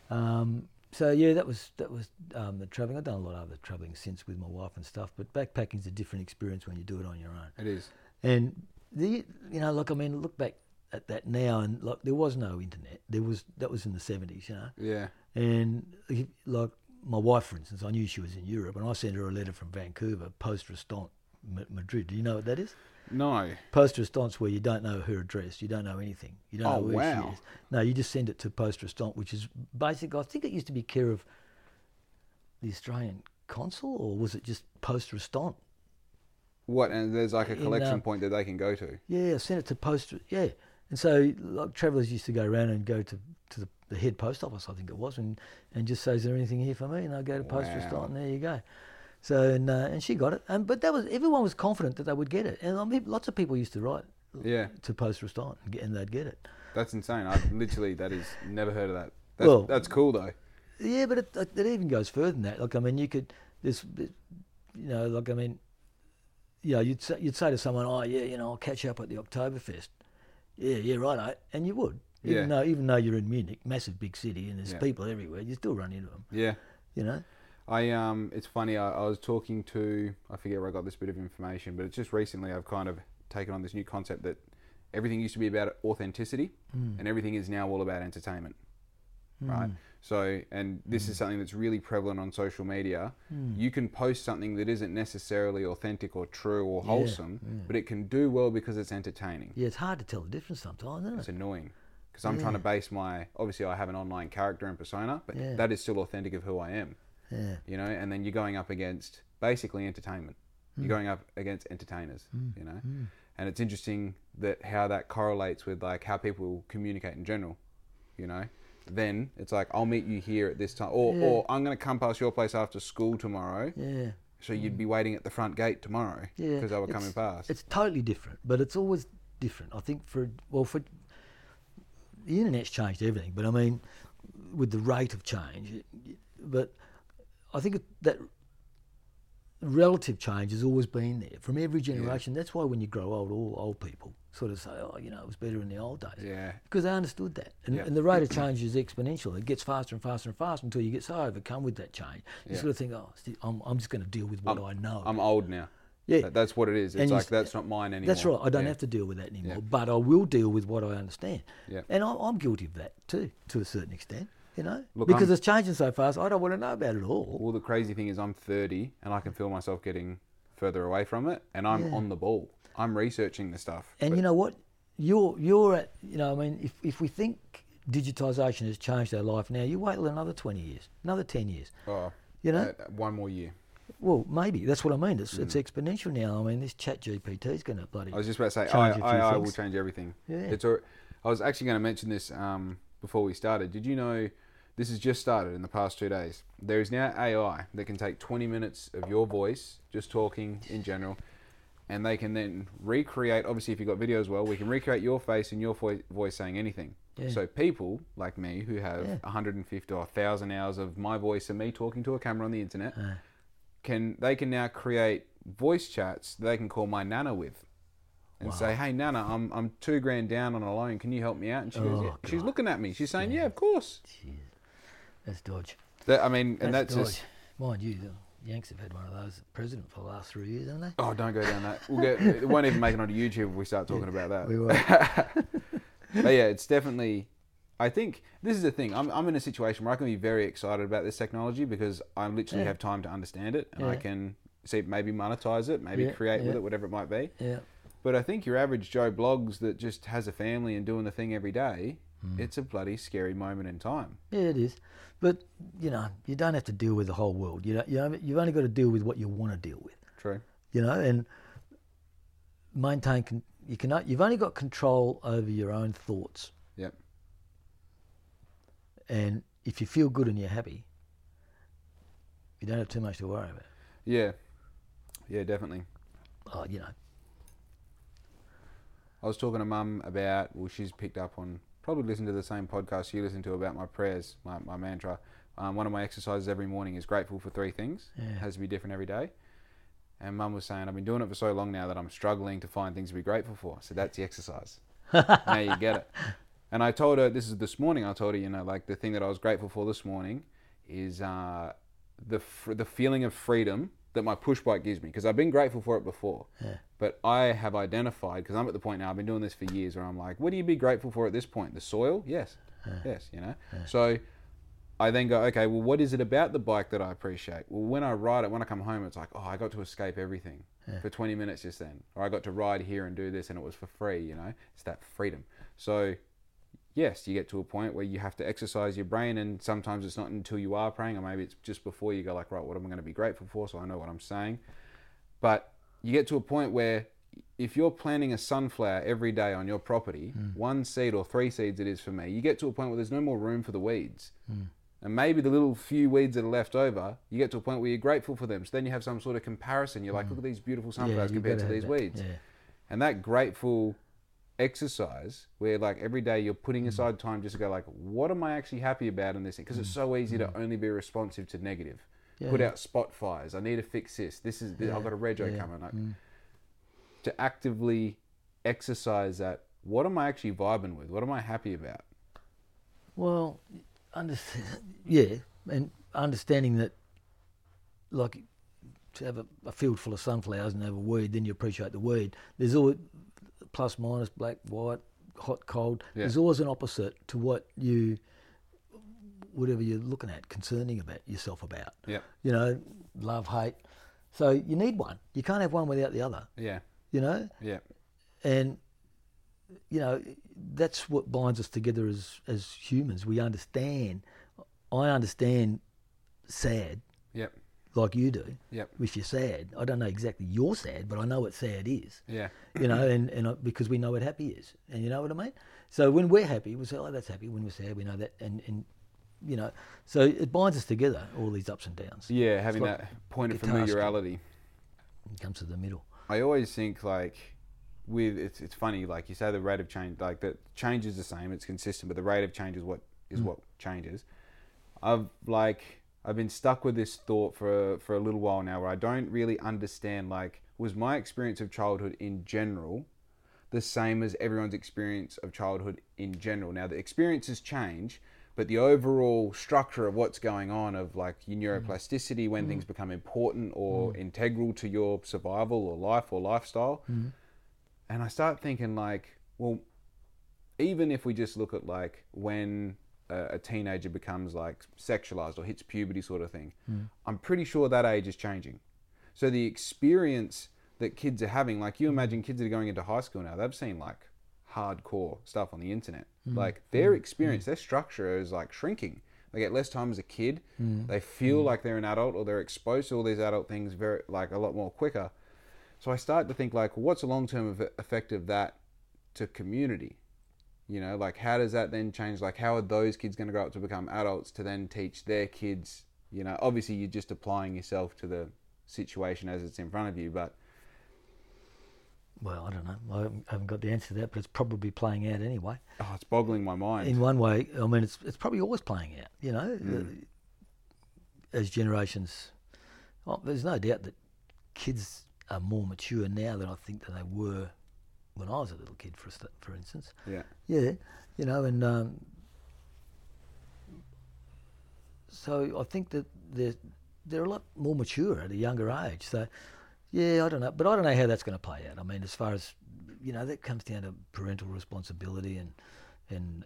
Speaker 1: Um, so yeah, that was that was um, the traveling. I've done a lot of other traveling since with my wife and stuff, but backpacking's a different experience when you do it on your own.
Speaker 2: It is.
Speaker 1: And the you know, like I mean, look back at that now, and like there was no internet. There was that was in the seventies, you know.
Speaker 2: Yeah.
Speaker 1: And he- like my wife, for instance, I knew she was in Europe, and I sent her a letter from Vancouver, post restant Ma- Madrid. Do you know what that is?
Speaker 2: No.
Speaker 1: Post response where you don't know her address, you don't know anything, you don't
Speaker 2: Oh,
Speaker 1: know where
Speaker 2: wow.
Speaker 1: she is. No, you just send it to post response, which is basically I think it used to be care of the Australian consul, or was it just post response?
Speaker 2: What? And there's like a
Speaker 1: In,
Speaker 2: collection
Speaker 1: um,
Speaker 2: point that they can go to.
Speaker 1: Yeah, send it to post. Yeah, and so like travellers used to go around and go to to the, the head post office, I think it was, and and just say, "Is there anything here for me?" And I go to post
Speaker 2: Wow.
Speaker 1: response, and there you go. So and uh, and she got it, and but that was everyone was confident that they would get it, and I mean, lots of people used to write
Speaker 2: Yeah.
Speaker 1: to post response, and get- and they'd get it.
Speaker 2: That's insane. I literally that is never heard of that. That's,
Speaker 1: Well-
Speaker 2: that's cool though.
Speaker 1: Yeah, but it, it even goes further than that. Like, I mean, you could, this, you know, like, I mean, you know, you'd say, you'd say to someone, oh, yeah, you know, I'll catch you up at the Oktoberfest. Yeah, yeah, right, eh? and you would. Even
Speaker 2: Yeah.
Speaker 1: though, even though you're in Munich, massive big city, and there's
Speaker 2: Yeah.
Speaker 1: people everywhere, you still run into them.
Speaker 2: Yeah.
Speaker 1: You know.
Speaker 2: I um, it's funny. I, I was talking to I forget where I got this bit of information, but it's just recently I've kind of taken on this new concept that everything used to be about authenticity,
Speaker 1: Hmm.
Speaker 2: and everything is now all about entertainment, right? So, and this
Speaker 1: Hmm.
Speaker 2: is something that's really prevalent on social media. You can post something that isn't necessarily authentic or true or wholesome, but it can do well because it's entertaining.
Speaker 1: Yeah, it's hard to tell the difference sometimes, isn't
Speaker 2: It's
Speaker 1: it?
Speaker 2: annoying because I'm trying to base my obviously I have an online character and persona, but
Speaker 1: Yeah.
Speaker 2: that is still authentic of who I am
Speaker 1: Yeah.
Speaker 2: you know and then you're going up against basically entertainment
Speaker 1: Hmm.
Speaker 2: you're going up against entertainers you know and it's interesting that how that correlates with like how people communicate in general you know then it's like i'll meet you here at this time or,
Speaker 1: Yeah.
Speaker 2: or i'm going to come past your place after school tomorrow
Speaker 1: Yeah.
Speaker 2: so you'd be waiting at the front gate tomorrow
Speaker 1: Hmm. Yeah.
Speaker 2: because they were
Speaker 1: it's-
Speaker 2: coming past
Speaker 1: It's totally different, but it's always different. I think for well for the internet's changed everything, but I mean with the rate of change, it- it- but I think it- that relative change has always been there from every generation. That's why when you grow old, all old people sort of say, "Oh, you know, it was better in the old days."
Speaker 2: yeah
Speaker 1: Because they understood that. And,
Speaker 2: Yeah.
Speaker 1: and the rate of change is exponential. It gets faster and faster and faster until you get so overcome with that change. You
Speaker 2: Yeah.
Speaker 1: sort of think, oh, see, I'm, I'm just going to deal with what i know.
Speaker 2: i'm old now
Speaker 1: Yeah.
Speaker 2: That, that's what it is. It's
Speaker 1: And you
Speaker 2: like
Speaker 1: s-
Speaker 2: that's not mine anymore.
Speaker 1: That's right. I don't
Speaker 2: Yeah.
Speaker 1: have to deal with that anymore,
Speaker 2: Yeah.
Speaker 1: but I will deal with what I understand.
Speaker 2: Yeah.
Speaker 1: And I'm, I'm guilty of that too, to a certain extent. You know,
Speaker 2: Look,
Speaker 1: because
Speaker 2: I'm-
Speaker 1: it's changing so fast, I don't want to know about it all.
Speaker 2: Well, the crazy thing is, I'm 30 and I can feel myself getting further away from it, and I'm on the ball. I'm researching the stuff.
Speaker 1: And
Speaker 2: but-
Speaker 1: you know what? You're you're at you know. I mean, if if we think digitisation has changed our life now, you wait till another twenty years, another ten years.
Speaker 2: oh,
Speaker 1: you know-
Speaker 2: uh, one more year.
Speaker 1: Well, maybe that's what I mean. It's it's exponential now. I mean, this Chat GPT is going to bloody.
Speaker 2: Hmm. I was just about to say,
Speaker 1: change
Speaker 2: I,
Speaker 1: a few
Speaker 2: I, I will
Speaker 1: things.
Speaker 2: change everything.
Speaker 1: Yeah.
Speaker 2: It's all, I was actually going to mention this um, before we started. Did you know this has just started in the past two days? There is now AI that can take 20 minutes of your voice, just talking in general, and they can then recreate. Obviously, if you've got video as well, we can recreate your face and your voi- voice saying anything.
Speaker 1: Yeah.
Speaker 2: So people like me who have
Speaker 1: Yeah.
Speaker 2: 150 or 1,000 hours of my voice and me talking to a camera on the internet
Speaker 1: Uh-huh.
Speaker 2: can they can now create voice chats that they can call my nana with and say hey nana i'm i'm two grand down on a loan can you help me out and she goes,
Speaker 1: Oh,
Speaker 2: yeah. she's looking at me she's saying yeah, of course
Speaker 1: that's dodge.
Speaker 2: that, i mean and that's,
Speaker 1: dodge.
Speaker 2: just
Speaker 1: mind you, the Yanks have had one of those president for the last three years, haven't they?
Speaker 2: oh don't go down that we'll get it won't even make it onto youtube if we start talking about that
Speaker 1: We were.
Speaker 2: but yeah it's definitely i think this is the thing i'm, I'm in a situation where i can be very excited about this technology because i literally
Speaker 1: Yeah.
Speaker 2: have time to understand it and i
Speaker 1: Yeah.
Speaker 2: can see maybe monetize it maybe
Speaker 1: Yeah,
Speaker 2: create with
Speaker 1: yeah.
Speaker 2: it whatever it might be
Speaker 1: yeah.
Speaker 2: But I think your average Joe blogs that just has a family and doing the thing every day, it's a bloody scary moment in time.
Speaker 1: Yeah, it is. But you know, you don't have to deal with the whole world. You know, you know, you've only got to deal with what you want to deal with.
Speaker 2: True.
Speaker 1: You know, and maintain. Con- you can. o- You've only got control over your own thoughts.
Speaker 2: Yep.
Speaker 1: And if you feel good and you're happy, you don't have too much to worry about.
Speaker 2: Yeah. Yeah, definitely.
Speaker 1: Oh, you know.
Speaker 2: I was talking to mum about, well, she's picked up on, probably listened to the same podcast you listen to about my prayers, my, my mantra. Um, one of my exercises every morning is grateful for three things. It has to be different every day. And mum was saying, I've been doing it for so long now that I'm struggling to find things to be grateful for. So that's the exercise. now you get it. And I told her, this is this morning, I told her, you know, like the thing that I was grateful for this morning is uh, the, fr- the feeling of freedom that my push bike gives me because I've been grateful for it before. But I have identified, because I'm at the point now, I've been doing this for years where I'm like, what do you be grateful for at this point? The soil? Yes. Yes, you know? So I then go, okay, well, what is it about the bike that I appreciate? Well, when I ride it, when I come home, it's like, oh, I got to escape everything for 20 minutes just then. Or I got to ride here and do this and it was for free, you know? It's that freedom. So, yes, you get to a point where you have to exercise your brain and sometimes it's not until you are praying or maybe it's just before you go like, right, what am I going to be grateful for so I know what I'm saying. But you get to a point where if you're planting a sunflower every day on your property,
Speaker 1: Hmm.
Speaker 2: one seed or three seeds it is for me, you get to a point where there's no more room for the weeds.
Speaker 1: Hmm.
Speaker 2: And maybe the little few weeds that are left over, you get to a point where you're grateful for them. So then you have some sort of comparison. You're like, look at these beautiful sunflowers
Speaker 1: Hmm. you
Speaker 2: compared to
Speaker 1: gotta have
Speaker 2: these
Speaker 1: that.
Speaker 2: weeds.
Speaker 1: Yeah.
Speaker 2: And that grateful exercise where like every day you're putting aside time just to go like, what am I actually happy about in this? Because it's so easy to only be responsive to negative. Put out spot fires. I need to fix this. This is I've got a rego coming. Like, To actively exercise that. What am I actually vibing with? What am I happy about?
Speaker 1: Well, understand, yeah, and understanding that, like, to have a, a field full of sunflowers and have a weed, then you appreciate the weed. There's always plus, minus, black, white, hot, cold.
Speaker 2: Yeah.
Speaker 1: There's always an opposite to what you, whatever you're looking at, concerning about yourself about.
Speaker 2: Yep.
Speaker 1: You know, love, hate. So you need one. You can't have one without the other.
Speaker 2: Yeah.
Speaker 1: You know,
Speaker 2: Yeah.
Speaker 1: and you know that's what binds us together as as humans we understand i understand sad
Speaker 2: Yep.
Speaker 1: like you do
Speaker 2: Yep.
Speaker 1: if you're sad i don't know exactly you're sad but i know what sad is
Speaker 2: Yeah.
Speaker 1: you know and and I, because we know what happy is and you know what i mean so when we're happy we say oh that's happy when we're sad we know that and and you know so it binds us together all these ups and downs
Speaker 2: Yeah. Having
Speaker 1: like
Speaker 2: that point of
Speaker 1: guitar string.
Speaker 2: familiarity.
Speaker 1: it comes to the middle
Speaker 2: I always think like with it's it's funny like you say the rate of change like the change is the same it's consistent but the rate of change is what is what changes. I've like I've been stuck with this thought for for a little while now where I don't really understand like was my experience of childhood in general the same as everyone's experience of childhood in general. Now the experiences change, but the overall structure of what's going on of like your neuroplasticity when things become important or integral to your survival or life or lifestyle and i start thinking like well even if we just look at like when a, a teenager becomes like sexualized or hits puberty sort of thing i'm pretty sure that age is changing so the experience that kids are having like you imagine kids that are going into high school now they've seen like hardcore stuff on the internet like their experience their structure is like shrinking they get less time as a kid they feel like they're an adult or they're exposed to all these adult things very like a lot more quicker so I started to think like, what's the long term effect of that to community? You know, like how does that then change? Like, how are those kids going to grow up to become adults to then teach their kids? You know, obviously you're just applying yourself to the situation as it's in front of you, but
Speaker 1: Well, I don't know. I haven't- I haven't got the answer to that, but it's probably playing out anyway.
Speaker 2: oh, it's boggling my
Speaker 1: In
Speaker 2: mind.
Speaker 1: one way, I mean, it's it's probably always playing out. You know, Uh, as generations, well, there's no doubt that kids are more mature now than I think that they were when I was a little kid, for a st- for instance.
Speaker 2: Yeah,
Speaker 1: Yeah, you know, and um, so I think that they're they're a lot more mature at a younger age. So yeah, I don't know, but I don't know how that's going to play out. I mean, as far as you know, that comes down to parental responsibility and and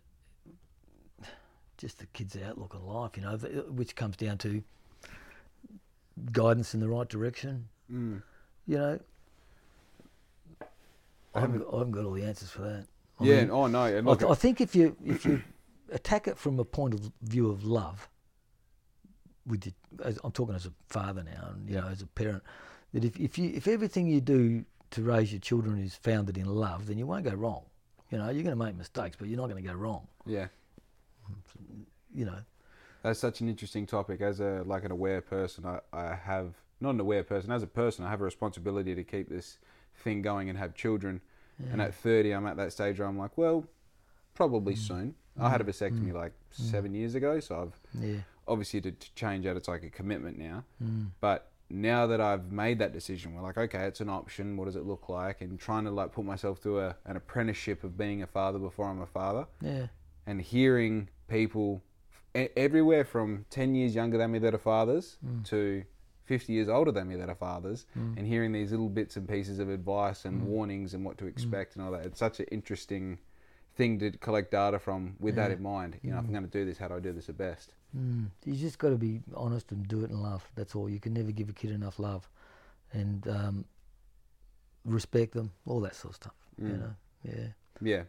Speaker 1: just the kids' outlook on life. You know, th- which comes down to guidance in the right direction.
Speaker 2: Mm.
Speaker 1: You know, I haven't,
Speaker 2: haven't-
Speaker 1: got, I haven't got all the answers for that. I
Speaker 2: yeah.
Speaker 1: mean,
Speaker 2: oh no, and
Speaker 1: I,
Speaker 2: look,
Speaker 1: th- I think if you if you (clears throat) attack it from a point of view of love, with your- as, I'm talking as a father now, and you know as a parent, that if if you if everything you do to raise your children is founded in love, then you won't go wrong. You know, you're going to make mistakes, but you're not going to go wrong.
Speaker 2: yeah,
Speaker 1: You know,
Speaker 2: that's such an interesting topic. As a like an aware person, I, I have not an aware person. As a person, I have a responsibility to keep this thing going and have children. And at thirty, I'm at that stage where I'm like, well,
Speaker 1: Mm.
Speaker 2: probably soon. I had a vasectomy like seven years ago, so I've
Speaker 1: yeah,
Speaker 2: obviously to, to change out. It's like a commitment now. But now that I've made that decision, we're like, okay, it's an option. What does it look like? And trying to like put myself through a, an apprenticeship of being a father before I'm a father
Speaker 1: yeah,
Speaker 2: and hearing people e- everywhere from 10 years younger than me that are fathers to 50 years older than me that are fathers and hearing these little bits and pieces of advice and warnings and what to expect and all that it's such an interesting thing to collect data from with that in mind you know if i'm going to do this how do i do this the best
Speaker 1: mm. you just got to be honest and do it in love. That's all. You can never give a kid enough love, and um, respect them, all that sort of stuff.
Speaker 2: Mm.
Speaker 1: You know, yeah,
Speaker 2: yeah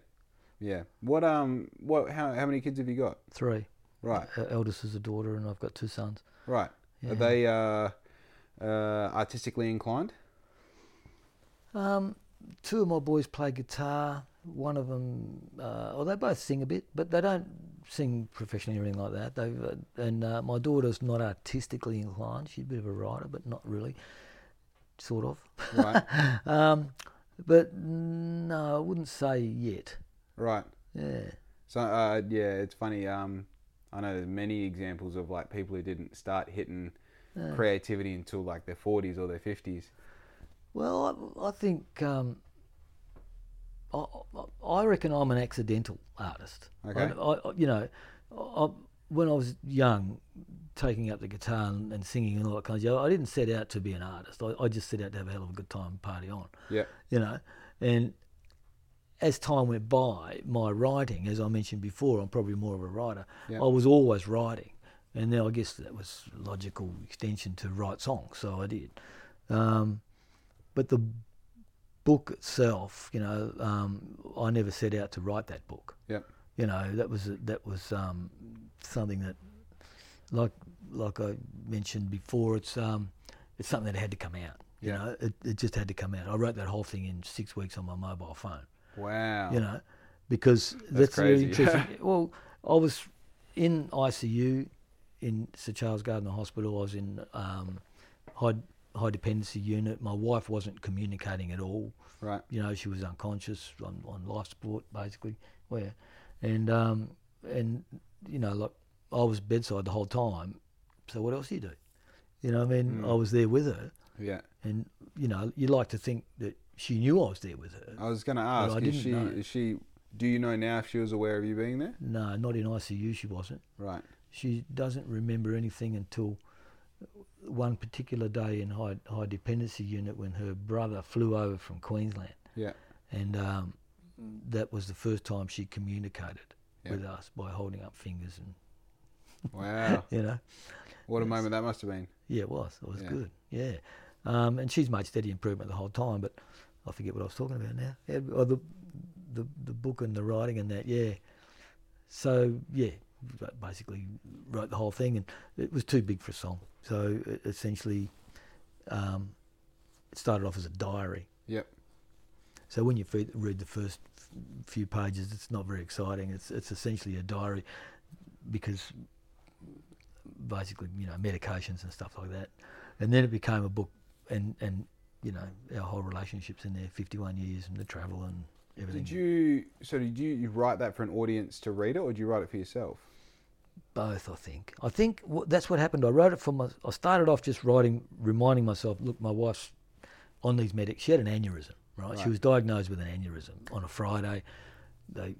Speaker 2: yeah what um what how, how many kids have you got
Speaker 1: three.
Speaker 2: right
Speaker 1: Uh, eldest is a daughter, and I've got two sons.
Speaker 2: right are they uh uh artistically inclined
Speaker 1: Um, two of my boys play guitar. One of them, uh, well, they both sing a bit, but they don't sing professionally or anything like that. They've, uh, and uh, my daughter's not artistically inclined. She's a bit of a writer, but not really, sort of. (laughs)
Speaker 2: right (laughs)
Speaker 1: Um, but no, I wouldn't say yet.
Speaker 2: right
Speaker 1: Yeah.
Speaker 2: So uh, yeah, it's funny. Um, I know there's many examples of like people who didn't start hitting creativity until like their 40s or their 50s.
Speaker 1: Well, I, I think um, I, I- I reckon I'm an accidental artist.
Speaker 2: Okay.
Speaker 1: I, I, you know, I, I- when I was young, taking up the guitar and, and singing and all that kind of stuff, I didn't set out to be an artist. I, I just set out to have a hell of a good time and party on
Speaker 2: Yeah,
Speaker 1: you know. And as time went by, my writing, as I mentioned before, I'm probably more of a writer.
Speaker 2: Yeah.
Speaker 1: I was always writing, and then I guess that was logical extension to write songs, so I did. Um, but the book itself, you know, um, I never set out to write that book
Speaker 2: yeah,
Speaker 1: you know that was that was um, something that like like I mentioned before it's um, it's something that had to come out you
Speaker 2: Yeah.
Speaker 1: know it, it just had to come out I wrote that whole thing in six weeks on my mobile phone
Speaker 2: Wow.
Speaker 1: you know because that's,
Speaker 2: That's
Speaker 1: really
Speaker 2: crazy. (laughs)
Speaker 1: interesting well I was in ICU in Sir Charles Gardner Hospital I was in um, high high dependency unit my wife wasn't communicating at all
Speaker 2: Right.
Speaker 1: you know, she was unconscious on, on life support basically. Where, and um, and you know, like I was bedside the whole time. So what else do you do? You know, what I mean, I was there with her,
Speaker 2: Yeah.
Speaker 1: and you know, you like to think that she knew I was there with her.
Speaker 2: I was going to
Speaker 1: I
Speaker 2: ask. Is
Speaker 1: didn't
Speaker 2: she?
Speaker 1: know.
Speaker 2: Is she? Do you know now if she was aware of you being there?
Speaker 1: No, not in ICU. She wasn't.
Speaker 2: Right.
Speaker 1: She doesn't remember anything until one particular day in high high dependency unit when her brother flew over from Queensland,
Speaker 2: Yeah.
Speaker 1: and um, that was the first time she communicated
Speaker 2: Yeah.
Speaker 1: with us by holding up fingers and (laughs)
Speaker 2: Wow.
Speaker 1: you know.
Speaker 2: what a moment that must have been.
Speaker 1: Yeah, it was. It was
Speaker 2: Yeah.
Speaker 1: good. Yeah. Um, and she's made steady improvement the whole time, but I forget what I was talking about now. Yeah, or the, the the book and the writing and that. Yeah. So yeah, ba- basically wrote the whole thing, and it was too big for a song. So e- essentially, um, it started off as a diary.
Speaker 2: Yep.
Speaker 1: So when you fe- read the first f- few pages, it's not very exciting. It's it's essentially a diary because basically you know medications and stuff like that, and then it became a book and and you know our whole relationships in there, 51 years and the travel and everything.
Speaker 2: Did you so did you, you write that for an audience to read it or did you write it for yourself?
Speaker 1: Both, I think. I think wha- that's what happened. I wrote it for my. I started off just writing, reminding myself. Look, my wife's on these medics. She had an aneurysm, right?
Speaker 2: Right.
Speaker 1: She was diagnosed with an aneurysm on a Friday. They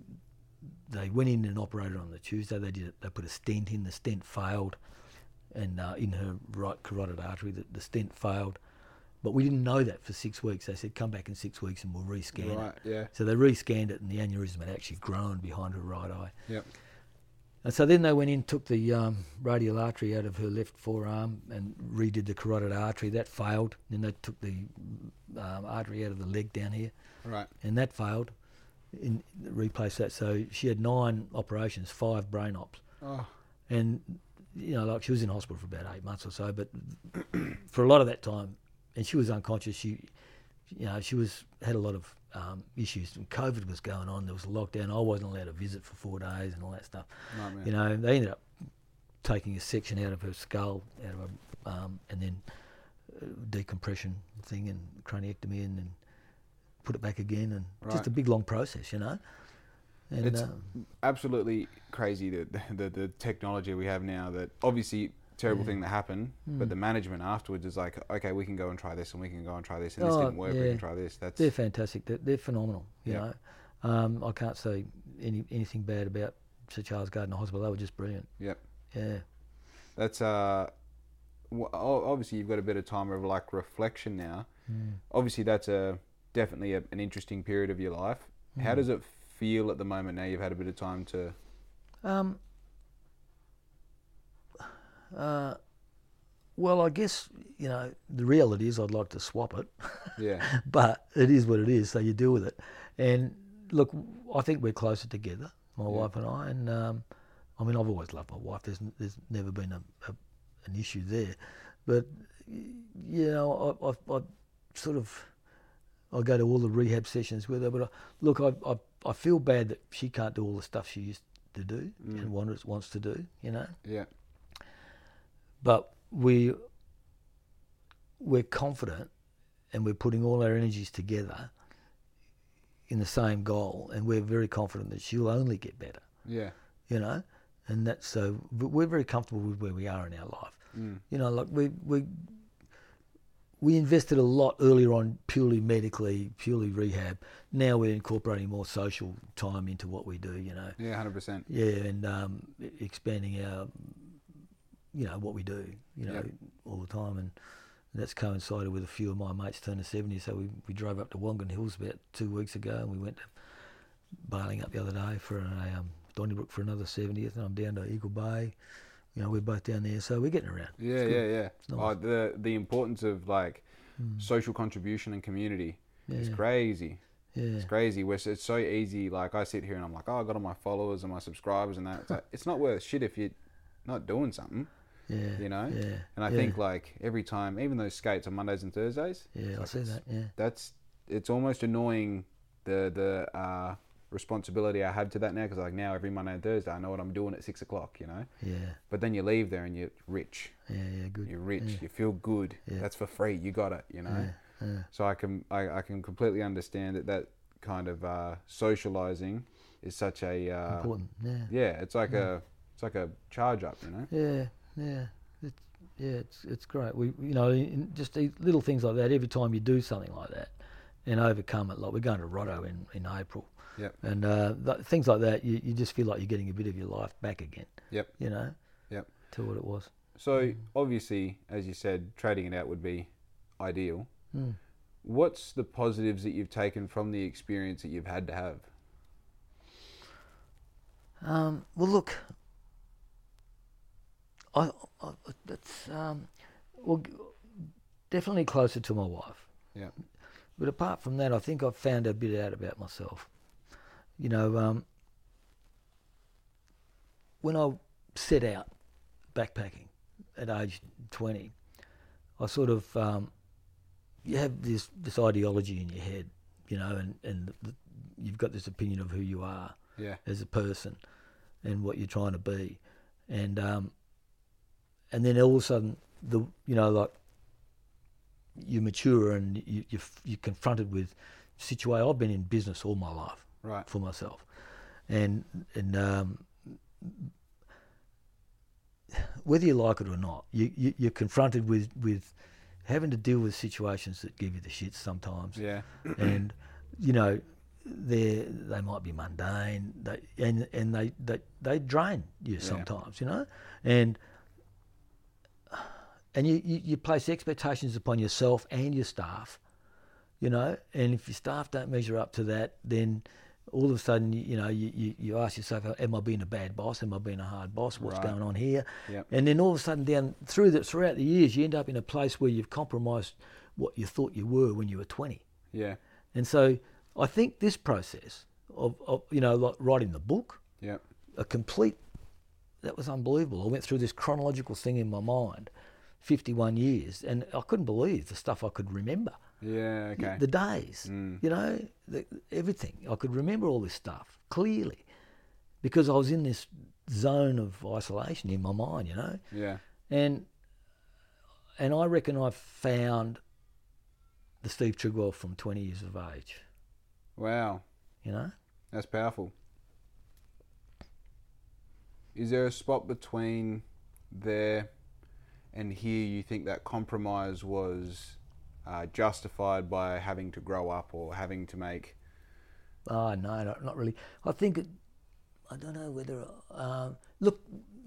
Speaker 1: they went in and operated on the Tuesday. They did. it. They put a stent in. The stent failed, and uh, in her right carotid artery, the, the stent failed. But we didn't know that for six weeks. They said, "Come back in six weeks, and we'll rescan
Speaker 2: Right,
Speaker 1: it."
Speaker 2: yeah.
Speaker 1: So they rescanned it, and the aneurysm had actually grown behind her right eye.
Speaker 2: Yep.
Speaker 1: And so then they went in, took the um, radial artery out of her left forearm and redid the carotid artery. That failed. Then they took the um, artery out of the leg down here,
Speaker 2: Right.
Speaker 1: and that failed. In, replaced that. So she had nine operations, five brain ops,
Speaker 2: Oh,
Speaker 1: and you know, like she was in hospital for about eight months or so. But (clears throat) for a lot of that time, and she was unconscious. She, you know, she was had a lot of um, issues. And COVID was going on. There was a lockdown. I wasn't allowed to visit for four days and all that stuff.
Speaker 2: nightmare.
Speaker 1: You know, they ended up taking a section out of her skull, out of her, um, and then uh, decompression thing and craniectomy, and then put it back again, and
Speaker 2: Right.
Speaker 1: just a big long process, you know. And
Speaker 2: It's-
Speaker 1: uh,
Speaker 2: Absolutely crazy the, the the technology we have now that obviously terrible
Speaker 1: Mm.
Speaker 2: thing that happened, but the management afterwards is like, okay, we can go and try this and we can go and try this and this
Speaker 1: Oh,
Speaker 2: didn't work, we
Speaker 1: yeah.
Speaker 2: can try this. That's
Speaker 1: they're fantastic. They're, they're phenomenal. You
Speaker 2: Yeah.
Speaker 1: know, um, I can't say any anything bad about Sir Charles Gardner Hospital. They were just brilliant.
Speaker 2: yep.
Speaker 1: Yeah.
Speaker 2: That's uh, w- o- obviously you've got a bit of time of like reflection now.
Speaker 1: Hmm.
Speaker 2: Obviously, that's a definitely a, an interesting period of your life. How
Speaker 1: Hmm.
Speaker 2: does it feel at the moment now? You've had a bit of time to
Speaker 1: Um, uh, well, I guess you know the reality is I'd like to swap it.
Speaker 2: yeah
Speaker 1: (laughs) but it is what it is. So you deal with it. And look, I think we're closer together, my wife and I. And um, I mean, I've always loved my wife. There's n- there's never been a, a an issue there. But y- you know, I, I, I sort of I go to all the rehab sessions with her. But I, look, I, I I feel bad that she can't do all the stuff she used to do and wants wants to do. You know
Speaker 2: yeah
Speaker 1: but we we're confident and we're putting all our energies together in the same goal and we're very confident that she'll only get better
Speaker 2: yeah
Speaker 1: you know and that's so but we're very comfortable with where we are in our life
Speaker 2: Mm.
Speaker 1: you know like we we we invested a lot earlier on purely medically purely rehab now we're incorporating more social time into what we do you know
Speaker 2: yeah hundred percent
Speaker 1: yeah, and um, e- expanding our, you know, what we do, you know,
Speaker 2: Yep.
Speaker 1: all the time, and that's coincided with a few of my mates turning seventy. So we, we drove up to Wongan Hills about two weeks ago, and we went to Barling up the other day for a um, Donnybrook for another seventieth, and I'm down to Eagle Bay. You know, we're both down there, so we're getting around.
Speaker 2: yeah yeah yeah.
Speaker 1: nice. Hmm.
Speaker 2: Oh, the the importance of like social contribution and community is
Speaker 1: Yeah.
Speaker 2: crazy.
Speaker 1: Yeah,
Speaker 2: It's crazy. Where it's- it's so easy. Like I sit here and I'm like, oh, I got all my followers and my subscribers and that. It's, like, it's not worth shit if you're not doing something.
Speaker 1: yeah,
Speaker 2: you know?
Speaker 1: yeah,
Speaker 2: And I
Speaker 1: yeah,
Speaker 2: think like every time, even those skates on Mondays and Thudays,
Speaker 1: yeah, I see that. Yeah,
Speaker 2: that's it's almost annoying the the uh, responsibility I have to that now because like now every Monday and Thursday I know what I'm doing at six o'clock, you know.
Speaker 1: yeah,
Speaker 2: But then you leave there and you're rich.
Speaker 1: yeah, yeah, good.
Speaker 2: You're rich. You feel good.
Speaker 1: Yeah.
Speaker 2: That's for free. You got it. You know. So I can I, I can completely understand that that kind of uh, socializing is such a uh,
Speaker 1: Important. Yeah.
Speaker 2: yeah. It's like a it's like a charge up. You know.
Speaker 1: Yeah, yeah, it's, yeah. It's it's great. We you know in- just these little things like that. Every time you do something like that, and overcome it. Like we're going to Roto in in April,
Speaker 2: Yep.
Speaker 1: and uh, th- things like that. You, you just feel like you're getting a bit of your life back again.
Speaker 2: Yep.
Speaker 1: You know.
Speaker 2: Yep.
Speaker 1: To what it was.
Speaker 2: So obviously, as you said, trading it out would be ideal.
Speaker 1: Mm.
Speaker 2: What's the positives that you've taken from the experience that you've had to have?
Speaker 1: Um, well, look, I, I that's um, well, g- definitely closer to my wife.
Speaker 2: Yeah.
Speaker 1: But apart from that, I think I've found a bit out about myself. You know, um, when I set out backpacking at age twenty, I sort of um, you have this this ideology in your head, you know, and and th- you've got this opinion of who you are
Speaker 2: Yeah.
Speaker 1: as a person and what you're trying to be and um and then all of a sudden the you know like you mature and you you you're confronted with situation I've been in business all my life
Speaker 2: Right.
Speaker 1: for myself, and and um, whether you like it or not, you, you you're confronted with with having to deal with situations that give you the shits sometimes,
Speaker 2: Yeah.
Speaker 1: and you know they they might be mundane, they, and and they, they they drain you sometimes, you know, and. And you, you, you place expectations upon yourself and your staff, you know, and if your staff don't measure up to that, then all of a sudden, you, you know, you, you, you ask yourself, am I being a bad boss? Am I being a hard boss? What's
Speaker 2: Right.
Speaker 1: going on here?
Speaker 2: Yep.
Speaker 1: And then all of a sudden, down through the, throughout the years, you end up in a place where you've compromised what you thought you were when you were 20.
Speaker 2: Yeah.
Speaker 1: And so I think this process of, of you know, like writing the book,
Speaker 2: Yep.
Speaker 1: a complete that was unbelievable. I went through this chronological thing in my mind, 51 years, and I couldn't believe the stuff I could remember
Speaker 2: Yeah. Okay.
Speaker 1: the days, you know, the, everything. I could remember all this stuff clearly because I was in this zone of isolation in my mind, you know,
Speaker 2: yeah.
Speaker 1: and and I reckon I found the Steve Trigwell from 20 years of age,
Speaker 2: Wow.
Speaker 1: you know.
Speaker 2: That's powerful. Is there a spot between there and here you think that compromise was uh, justified by having to grow up or having to make?
Speaker 1: Oh, no, not, not really. I think, it, I don't know whether, um, look,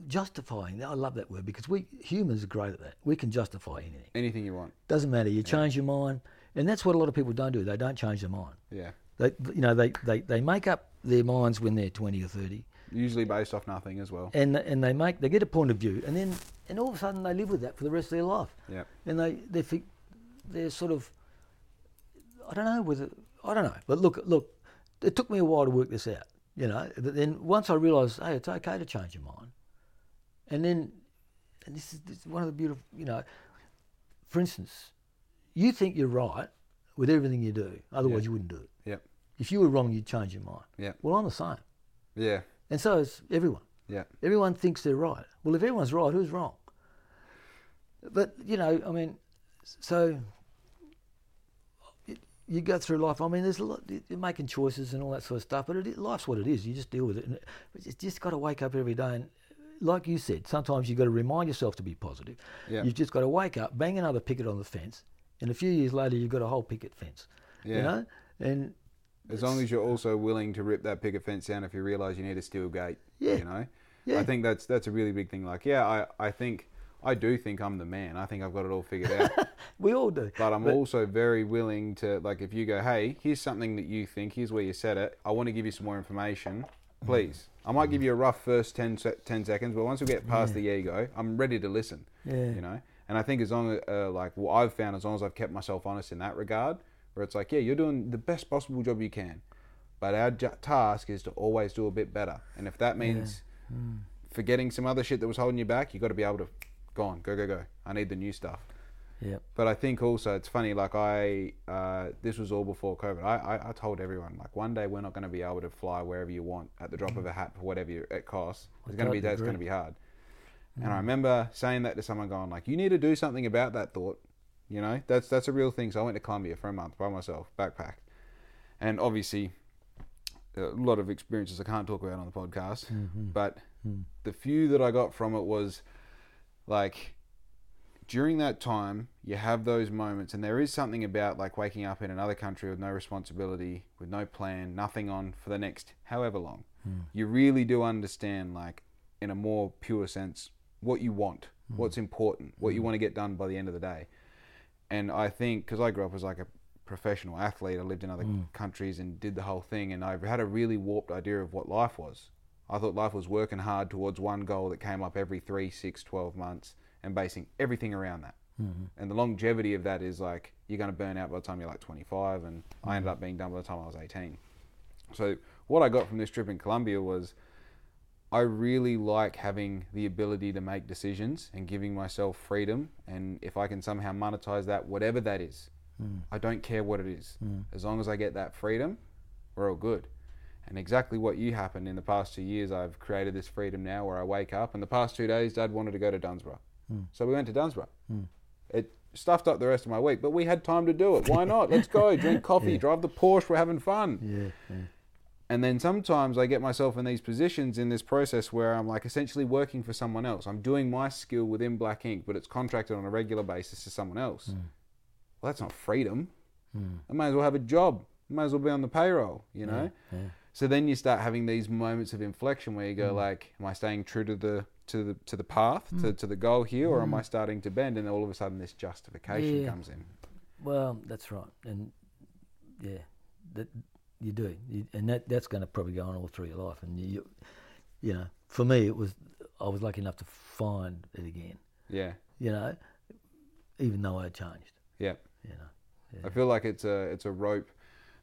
Speaker 1: justifying, I love that word because we humans are great at that. We can justify anything.
Speaker 2: Anything you want.
Speaker 1: Doesn't matter. You change your mind. And that's what a lot of people don't do. They don't change their mind.
Speaker 2: Yeah.
Speaker 1: They, you know, they, they, they make up their minds when they're 20 or 30
Speaker 2: Usually based off nothing as well.
Speaker 1: and, and they make, they get a point of view and then, and all of a sudden they live with that for the rest of their life.
Speaker 2: Yeah.
Speaker 1: And they, they, fi- they're sort of, I don't know whether, I don't know, but look, look, it took me a while to work this out, you know, but then once I realised, hey, it's okay to change your mind. And then, and this is, this is one of the beautiful, you know, for instance, you think you're right with everything you do, otherwise you wouldn't do it.
Speaker 2: Yep.
Speaker 1: If you were wrong, you'd change your mind.
Speaker 2: Yeah.
Speaker 1: Well, I'm the same.
Speaker 2: Yeah.
Speaker 1: And so is everyone.
Speaker 2: Yeah.
Speaker 1: Everyone thinks they're right. Well, if everyone's right, who's wrong? But, you know, I mean, s- so it, you go through life. I mean, there's a lot, you're making choices and all that sort of stuff, but it, life's what it is. You just deal with it. And but you just got to wake up every day. And, like you said, sometimes you've got to remind yourself to be positive.
Speaker 2: Yeah.
Speaker 1: You've just got to wake up, bang another picket on the fence, and a few years later, you've got a whole picket fence.
Speaker 2: Yeah.
Speaker 1: You know? And
Speaker 2: As long as you're also willing to rip that picket fence down if you realise you need a steel gate.
Speaker 1: Yeah.
Speaker 2: You know?
Speaker 1: Yeah.
Speaker 2: I think that's that's a really big thing. Like, yeah, I, I think I do think I'm the man. I think I've got it
Speaker 1: (laughs)
Speaker 2: all figured out.
Speaker 1: we all do.
Speaker 2: but I'm also very willing to like if you go, Hey, here's something that you think, here's where you said it, I want to give you some more information. Please. I might give you a rough first 10, se- 10 seconds, but once we get past the ego, I'm ready to listen.
Speaker 1: Yeah.
Speaker 2: You know? And I think as long as, uh, like, what I've found, as long as I've kept myself honest in that regard, where it's like, yeah, you're doing the best possible job you can, but our ju- task is to always do a bit better. And if that means forgetting some other shit that was holding you back, you got to be able to, go on, go, go, go. I need the new stuff.
Speaker 1: Yeah.
Speaker 2: But I think also it's funny. Like I, uh, this was all before COVID. I, I, I told everyone like one day we're not going to be able to fly wherever you want at the drop of a hat for whatever you, it costs. There's going to be
Speaker 1: totally
Speaker 2: days it's going to
Speaker 1: agree.
Speaker 2: be hard. And I remember saying that to someone, going like, "You need to do something about that thought." You know, that's that's a real thing. So I went to Colombia for a month by myself, backpacked, and obviously a lot of experiences I can't talk about on the podcast.
Speaker 1: Mm.
Speaker 2: But the few that I got from it was like during that time, you have those moments, and there is something about like waking up in another country with no responsibility, with no plan, nothing on for the next however long. You really do understand, like, in a more pure sense, what you want, what's important, what you want to get done by the end of the day. And I think because I grew up as like a professional athlete, I lived in other countries and did the whole thing, and I had a really warped idea of what life was. I thought life was working hard towards one goal that came up every three, six, 12 months and basing everything around that. And the longevity of that is like you're going to burn out by the time you're like 25, and I ended up being done by the time I was 18. So, what I got from this trip in Colombia was I really like having the ability to make decisions and giving myself freedom. And if I can somehow monetize that, whatever that is, I don't care what it is. As long as I get that freedom, we're all good. And exactly what you happened in the past two years, I've created this freedom now where I wake up. And the past two days, Dad wanted to go to Dunsborough. So we went to Dunsborough. It stuffed up the rest of my week, but we had time to do it. Why not? Let's go, drink coffee, drive the Porsche, we're having fun.
Speaker 1: Yeah, yeah.
Speaker 2: And then sometimes I get myself in these positions in this process where I'm like essentially working for someone else. I'm doing my skill within Black Ink, but it's contracted on a regular basis to someone else. Well, that's not freedom. I might as well have a job. I might as well be on the payroll, you know? So then you start having these moments of inflection where you go like, am I staying true to the to the to the path, to, to the goal here, or am I starting to bend? And all of a sudden this justification
Speaker 1: Yeah.
Speaker 2: comes in.
Speaker 1: Well, that's right, and yeah, that you do, you, and that that's going to probably go on all through your life. And you, you, you know, for me, it was I was lucky enough to find it again.
Speaker 2: Yeah.
Speaker 1: You know, even though I had changed.
Speaker 2: Yeah.
Speaker 1: You know,
Speaker 2: I feel like it's a it's a rope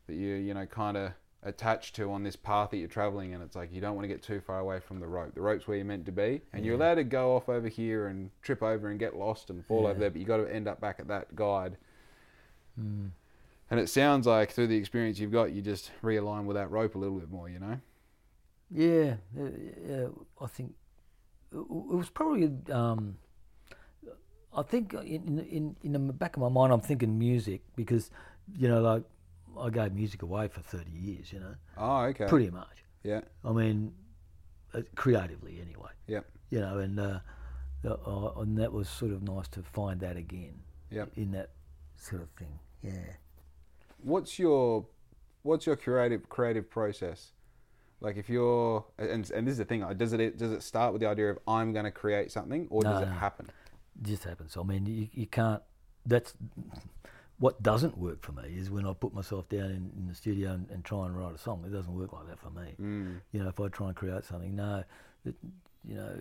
Speaker 2: that you you know kind of attached to on this path that you're traveling, and it's like you don't want to get too far away from the rope. The rope's where you're meant to be, and you're allowed to go off over here and trip over and get lost and fall over there, but you got to end up back at that guide. And it sounds like through the experience you've got, you just realign with that rope a little bit more, you know?
Speaker 1: yeah, yeah, yeah I think it, it was probably. Um, I think uh, in in in the back of my mind, I'm thinking music because, you know, like I gave music away for 30 years. You know,
Speaker 2: Oh, okay.
Speaker 1: pretty much.
Speaker 2: Yeah.
Speaker 1: I mean, uh, creatively anyway.
Speaker 2: Yep.
Speaker 1: You know, and uh, the- uh, and that was sort of nice to find that again.
Speaker 2: Yep.
Speaker 1: In that sort of thing. Yeah.
Speaker 2: what's your what's your creative creative process like if you're and and this is the thing like, does it does it start with the idea of i'm going to create something or does
Speaker 1: No,
Speaker 2: it
Speaker 1: no.
Speaker 2: happen
Speaker 1: just happens. I mean, you, you can't. That's what doesn't work for me is when I put myself down in, in the studio and, and try and write a song. It doesn't work like that for me.
Speaker 2: mm.
Speaker 1: You know, if I try and create something, no, it, you know,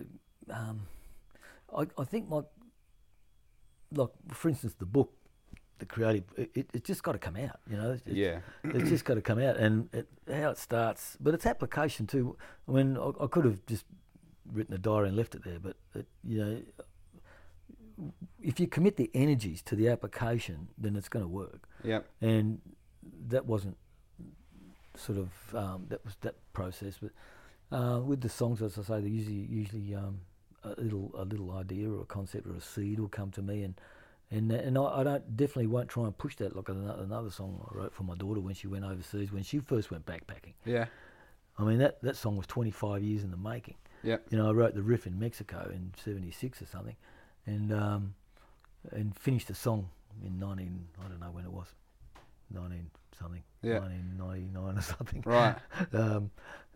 Speaker 1: um, I, I think my like for instance the book, the creative, it, it, it's just got to come out. You know, it's, it's-
Speaker 2: yeah
Speaker 1: (clears throat) it's just got to come out and it, how it starts but it's application too i mean I, I could have just written a diary and left it there but it, you know if you commit the energies to the application then it's going to work
Speaker 2: yep
Speaker 1: and that wasn't sort of um, that was that process but uh, with the songs as i say they usually usually um, a little a little idea or a concept or a seed will come to me and and and I, I don't definitely won't try and push that like another, another song I wrote for my daughter when she went overseas when she first went backpacking.
Speaker 2: yeah
Speaker 1: I mean that, that song was 25 years in the making.
Speaker 2: yep
Speaker 1: You know I wrote the riff in Mexico in '76 or something, and um, and finished the song in 19 I don't know when it was, 19 something,
Speaker 2: Yeah.
Speaker 1: 1999 or something.
Speaker 2: right
Speaker 1: (laughs) Um,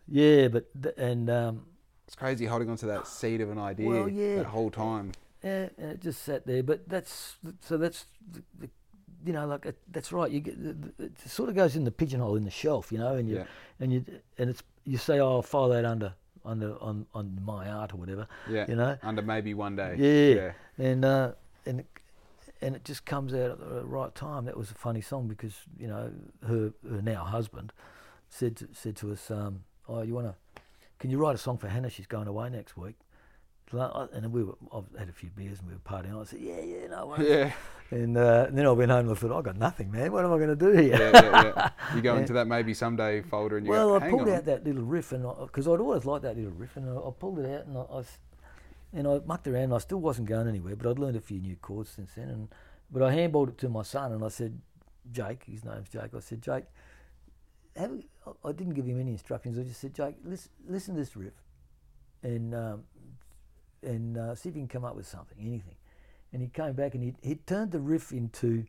Speaker 1: yeah, but th- and um,
Speaker 2: it's crazy holding on to that seed of an idea
Speaker 1: Well, yeah.
Speaker 2: that whole time
Speaker 1: Yeah, and it just sat there. But that's so that's the, the, you know like it, that's right. You get the, the, it sort of goes in the pigeonhole in the shelf, you know, and you
Speaker 2: Yeah.
Speaker 1: and you and it's you say oh, I'll file that under under on on my art or whatever,
Speaker 2: yeah
Speaker 1: you know.
Speaker 2: under maybe one day
Speaker 1: Yeah, and uh, and it- and it just comes out at the right time. That was a funny song because you know her her now husband said to, said to us, um, "Oh, you wanna? Can you write a song for Hannah? She's going away next week." Like, I- And we were, I've had a few beers and we were partying. I said, "Yeah, yeah, no
Speaker 2: yeah
Speaker 1: worries."
Speaker 2: yeah
Speaker 1: And, uh, and then I went home and I thought, "I got nothing, man. What am I going to do here?"
Speaker 2: yeah, yeah, yeah.
Speaker 1: (laughs)
Speaker 2: you go into that maybe someday folder and you
Speaker 1: Well,
Speaker 2: go,
Speaker 1: I
Speaker 2: Hang
Speaker 1: pulled
Speaker 2: on.
Speaker 1: out that little riff, and because I'd always liked that little riff, and I, I pulled it out, and I, I s- and I mucked around. And I still wasn't going anywhere, but I'd learned a few new chords since then. And but I handballed it to my son, and I said, Jake, his name's Jake. I said, Jake, have, a- I- I didn't give him any instructions. I just said, Jake, listen, listen to this riff, and um, and uh, see if you can come up with something, anything. and he came back and he he turned the riff into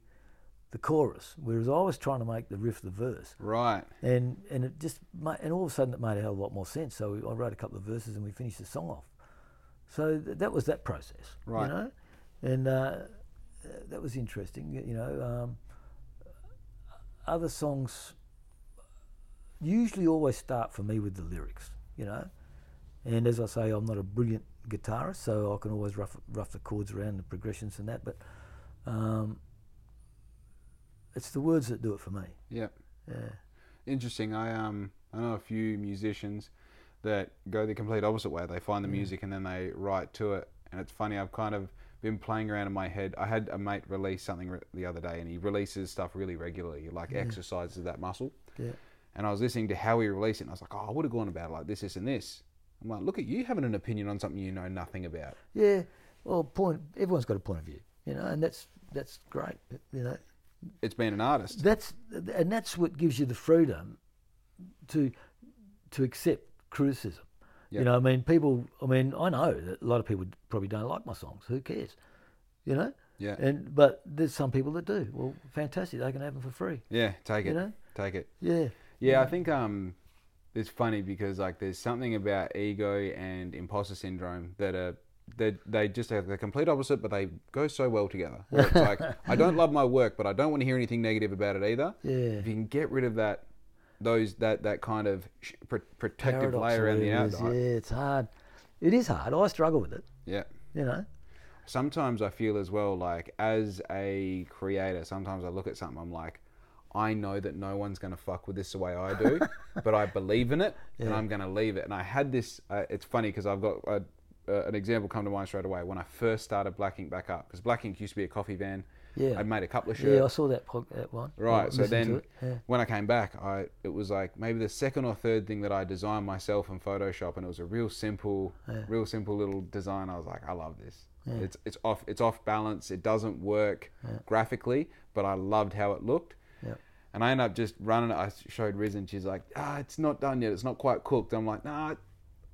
Speaker 1: the chorus, whereas I was trying to make the riff the verse.
Speaker 2: Right.
Speaker 1: And and it just ma- and all of a sudden it made a hell of a lot more sense. So I wrote a couple of verses and we finished the song off. So th- that was that process,
Speaker 2: Right.
Speaker 1: you know, and uh, that was interesting, you know. Um, other songs usually always start for me with the lyrics, you know. And as I say, I'm not a brilliant guitarist, so I can always rough rough the chords around the progressions and that. But um, it's the words that do it for me.
Speaker 2: Yeah.
Speaker 1: Yeah.
Speaker 2: Interesting. I um I know a few musicians that go the complete opposite way. They find the
Speaker 1: Mm.
Speaker 2: music and then they write to it. And it's funny. I've kind of been playing around in my head. I had a mate release something re- the other day, and he releases stuff really regularly, like exercises of that muscle.
Speaker 1: Yeah.
Speaker 2: And I was listening to how he released it, and I was like, oh, I would have gone about it like this, this, and this. I'm like, look at you having an opinion on something you know nothing about.
Speaker 1: Yeah. Well, point. Everyone's got a point of view, you know, and that's that's great. You know,
Speaker 2: It's being an artist.
Speaker 1: that's and that's what gives you the freedom to to accept criticism.
Speaker 2: Yeah.
Speaker 1: You know, I mean, people. I mean, I know that a lot of people probably don't like my songs. Who cares? You know.
Speaker 2: Yeah.
Speaker 1: And but there's some people that do. Well, fantastic. They can have them for free.
Speaker 2: Yeah, take it.
Speaker 1: You know?
Speaker 2: Take it.
Speaker 1: Yeah.
Speaker 2: Yeah, I think um, it's funny because like there's something about ego and imposter syndrome that are that they just have the complete opposite, but they go so
Speaker 1: (laughs)
Speaker 2: well together. Where it's like I don't love my work, but I don't want to hear anything negative about it either.
Speaker 1: Yeah.
Speaker 2: If you can get rid of that, those that that kind of sh- pr- protective
Speaker 1: Paradox
Speaker 2: layer
Speaker 1: or
Speaker 2: around the
Speaker 1: whatever it is.
Speaker 2: outside.
Speaker 1: Yeah, it's hard. It is hard. I struggle with it.
Speaker 2: yeah.
Speaker 1: You know.
Speaker 2: sometimes I feel as well like as a creator, sometimes I look at something, I'm like, I know that no one's gonna fuck with this the way
Speaker 1: (laughs)
Speaker 2: I do, but I believe in it and I'm gonna leave it. And I had this. Uh, it's funny because I've got a, uh, an example come to mind straight away when I first started Black Ink back up because Black Ink used to be a coffee van.
Speaker 1: Yeah.
Speaker 2: I'd made a couple of shirts.
Speaker 1: Yeah, I saw that pod, that one. I
Speaker 2: Right. So
Speaker 1: listened to
Speaker 2: then
Speaker 1: it. Yeah.
Speaker 2: when I came back, I it was like maybe the second or third thing that I designed myself in Photoshop, and it was a real simple, real simple little design. I was like, I love this. It's it's off it's off balance. It doesn't work graphically, but I loved how it looked.
Speaker 1: Yep.
Speaker 2: And I ended up just running it. I showed Riz, and she's like, Ah, it's not done yet. It's not quite cooked. I'm like, Nah,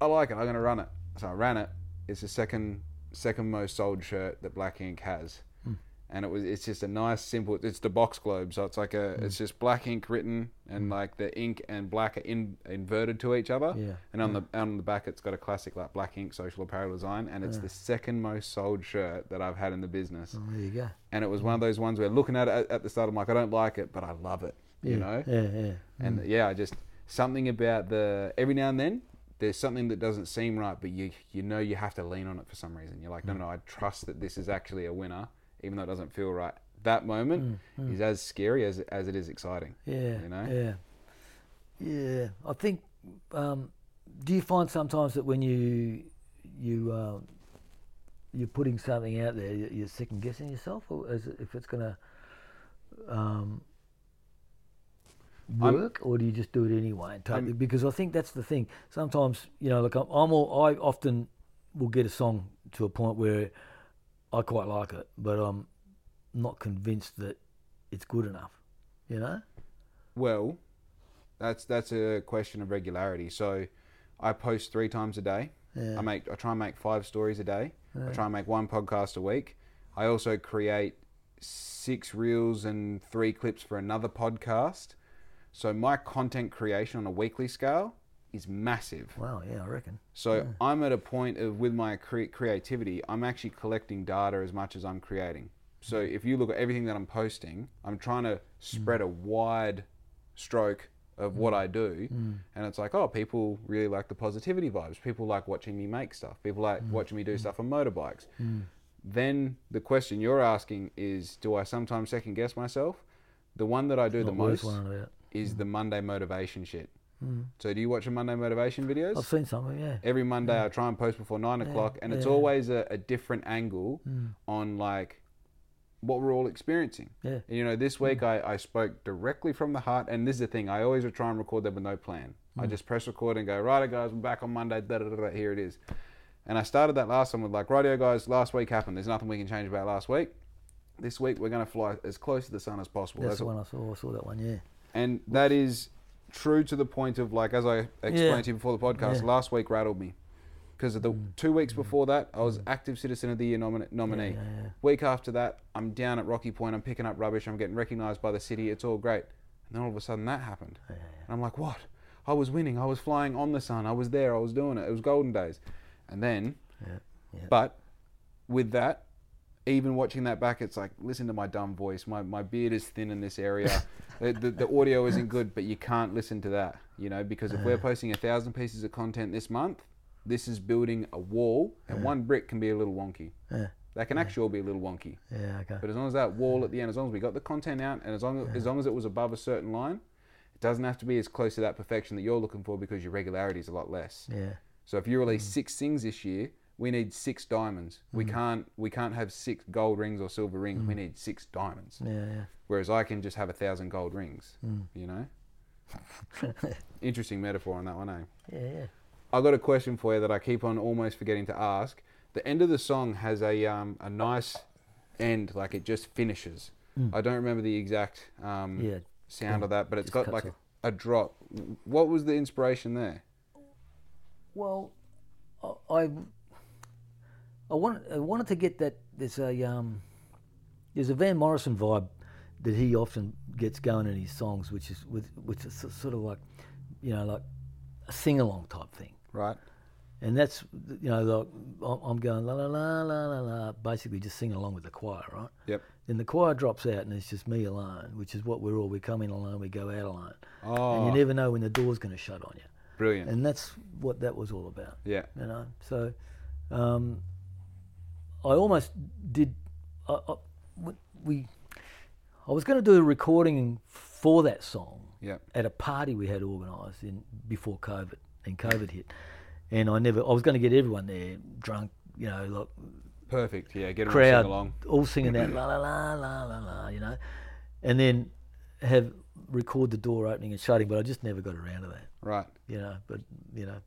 Speaker 2: I like it. I'm gonna run it. So I ran it. It's the second second most sold shirt that Black Ink has
Speaker 1: Hmm.
Speaker 2: and it was it's just a nice simple it's the box globe so it's like a
Speaker 1: Hmm.
Speaker 2: it's just black ink written and like the ink and black are in, inverted to each other
Speaker 1: Yeah,
Speaker 2: and on the on the back it's got a classic like black ink social apparel design and it's the second most sold shirt that I've had in the business
Speaker 1: Oh, there you go.
Speaker 2: and it was one of those ones where looking at it at, at the start I'm like I don't like it but I love it you
Speaker 1: Yeah,
Speaker 2: know
Speaker 1: Yeah, yeah.
Speaker 2: and yeah I just something about the every now and then there's something that doesn't seem right but you you know you have to lean on it for some reason you're like
Speaker 1: Mm.
Speaker 2: no no I trust that this is actually a winner even though it doesn't feel right that moment
Speaker 1: Mm,
Speaker 2: is as scary as as it is exciting
Speaker 1: Yeah.
Speaker 2: you know
Speaker 1: Yeah. Yeah. I think. Um, do you find sometimes that when you you uh, you're putting something out there, you- you're second guessing yourself, or is it, if it's going to um,
Speaker 2: I'm-
Speaker 1: work, or do you just do it anyway? And take it? because I think that's the thing. Sometimes you know, like I'm, I'm all, I often will get a song to a point where I quite like it, but I'm not convinced that it's good enough. You know?
Speaker 2: well that's that's a question of regularity so I post 3 times a day
Speaker 1: Yeah.
Speaker 2: I make I try and make 5 stories a day I try and make one podcast a week I also create six reels and three clips for another podcast So my content creation on a weekly scale is massive.
Speaker 1: Wow, yeah, I reckon.
Speaker 2: So I'm at a point of with my cre- creativity, I'm actually collecting data as much as I'm creating. So if you look at everything that I'm posting, I'm trying to spread a wide stroke of what I do, and it's like, oh, people really like the positivity vibes. People like watching me make stuff. People like watching me do stuff on motorbikes. Then the question you're asking is, do I sometimes second guess myself? The one that I do the
Speaker 1: Not worth
Speaker 2: most
Speaker 1: worrying about.
Speaker 2: is the Monday motivation shit. So do you watch the Monday motivation videos?
Speaker 1: I've seen something, yeah.
Speaker 2: Every Monday I try and post before nine o'clock, and it's
Speaker 1: Mm. yeah. Mm.
Speaker 2: always a, a different angle on like what we're all experiencing.
Speaker 1: Yeah.
Speaker 2: And, you know, this week
Speaker 1: Mm.
Speaker 2: I, I spoke directly from the heart, and this is the thing I always try and record them with no plan.
Speaker 1: Mm.
Speaker 2: I just press record and go, righto guys, we're back on Monday. Da, da, da, da, here it is. And I started that last time with like, righto guys, last week happened. There's nothing we can change about last week. This week we're going to fly as close to the sun as possible.
Speaker 1: That's
Speaker 2: That's
Speaker 1: the one I saw. I saw that one, yeah.
Speaker 2: and that is true to the point of like as I explained
Speaker 1: Yeah. Mm.
Speaker 2: to you before the podcast last week rattled me because of the two weeks before that, I was active citizen of the year nomina- nominee.
Speaker 1: yeah, yeah.
Speaker 2: Week after that, I'm down at Rocky Point. I'm picking up rubbish. I'm getting recognised by the city. It's all great, and then all of a sudden that happened, and I'm like, what? I was winning. I was flying on the sun. I was there. I was doing it. It was golden days, and then,
Speaker 1: Yeah, yeah.
Speaker 2: but with that. Even watching that back, it's like listen to my dumb voice. My, my beard is thin in this area. the, the, the audio isn't good, but you can't listen to that, you know, because if we're posting a thousand pieces of content this month, this is building a wall, and one brick can be a little wonky.
Speaker 1: Yeah.
Speaker 2: That can actually all be a little wonky.
Speaker 1: Yeah, okay.
Speaker 2: But as long as that wall at the end, as long as we got the content out, and as long as, long as it was above a certain line, it doesn't have to be as close to that perfection that you're looking for because your regularity is a lot less.
Speaker 1: Yeah.
Speaker 2: So if you release
Speaker 1: Mm.
Speaker 2: six things this year, we need six diamonds. We can't we can't have six gold rings or silver rings. We need six diamonds.
Speaker 1: Mm. Yeah, Mm. yeah. (laughs)
Speaker 2: Whereas I can just have a thousand gold rings. You know, interesting metaphor on that one, eh?
Speaker 1: yeah, yeah.
Speaker 2: I got a question for you that I keep on almost forgetting to ask. The end of the song has a um, a nice end, like it just finishes. I don't remember the exact um,
Speaker 1: Mm. Yeah,
Speaker 2: sound of that, but it's
Speaker 1: just
Speaker 2: got
Speaker 1: cuts
Speaker 2: like
Speaker 1: off.
Speaker 2: a drop. What was the inspiration there?
Speaker 1: Well, I- I I wanted I wanted to get that there's a um there's a Van Morrison vibe that he often gets going in his songs, which is with which is so- sort of like you know like a sing along type thing,
Speaker 2: Right.
Speaker 1: and that's you know like I'm- I'm going la la la la la la, basically just singing along with the choir, right?
Speaker 2: Yep.
Speaker 1: Then the choir drops out and it's just me alone, which is what we're all. We come in alone, we go out alone, and
Speaker 2: Oh,
Speaker 1: you never know when the door's going to shut on you.
Speaker 2: brilliant.
Speaker 1: And that's what that was all about
Speaker 2: yeah.
Speaker 1: you know. So, um, I almost did. I, I, we- we, I was going to do a recording for that song
Speaker 2: Yep.
Speaker 1: at a party we had organised in before COVID, and COVID hit, and I never. I was going to get everyone there drunk, you know, like
Speaker 2: Perfect. Yeah. Get them to sing
Speaker 1: crowd
Speaker 2: along.
Speaker 1: all singing
Speaker 2: (clears throat)
Speaker 1: out la la la la la la, you know, and then have record the door opening and shutting. But I just never got around to that
Speaker 2: Right.
Speaker 1: you know. But you know,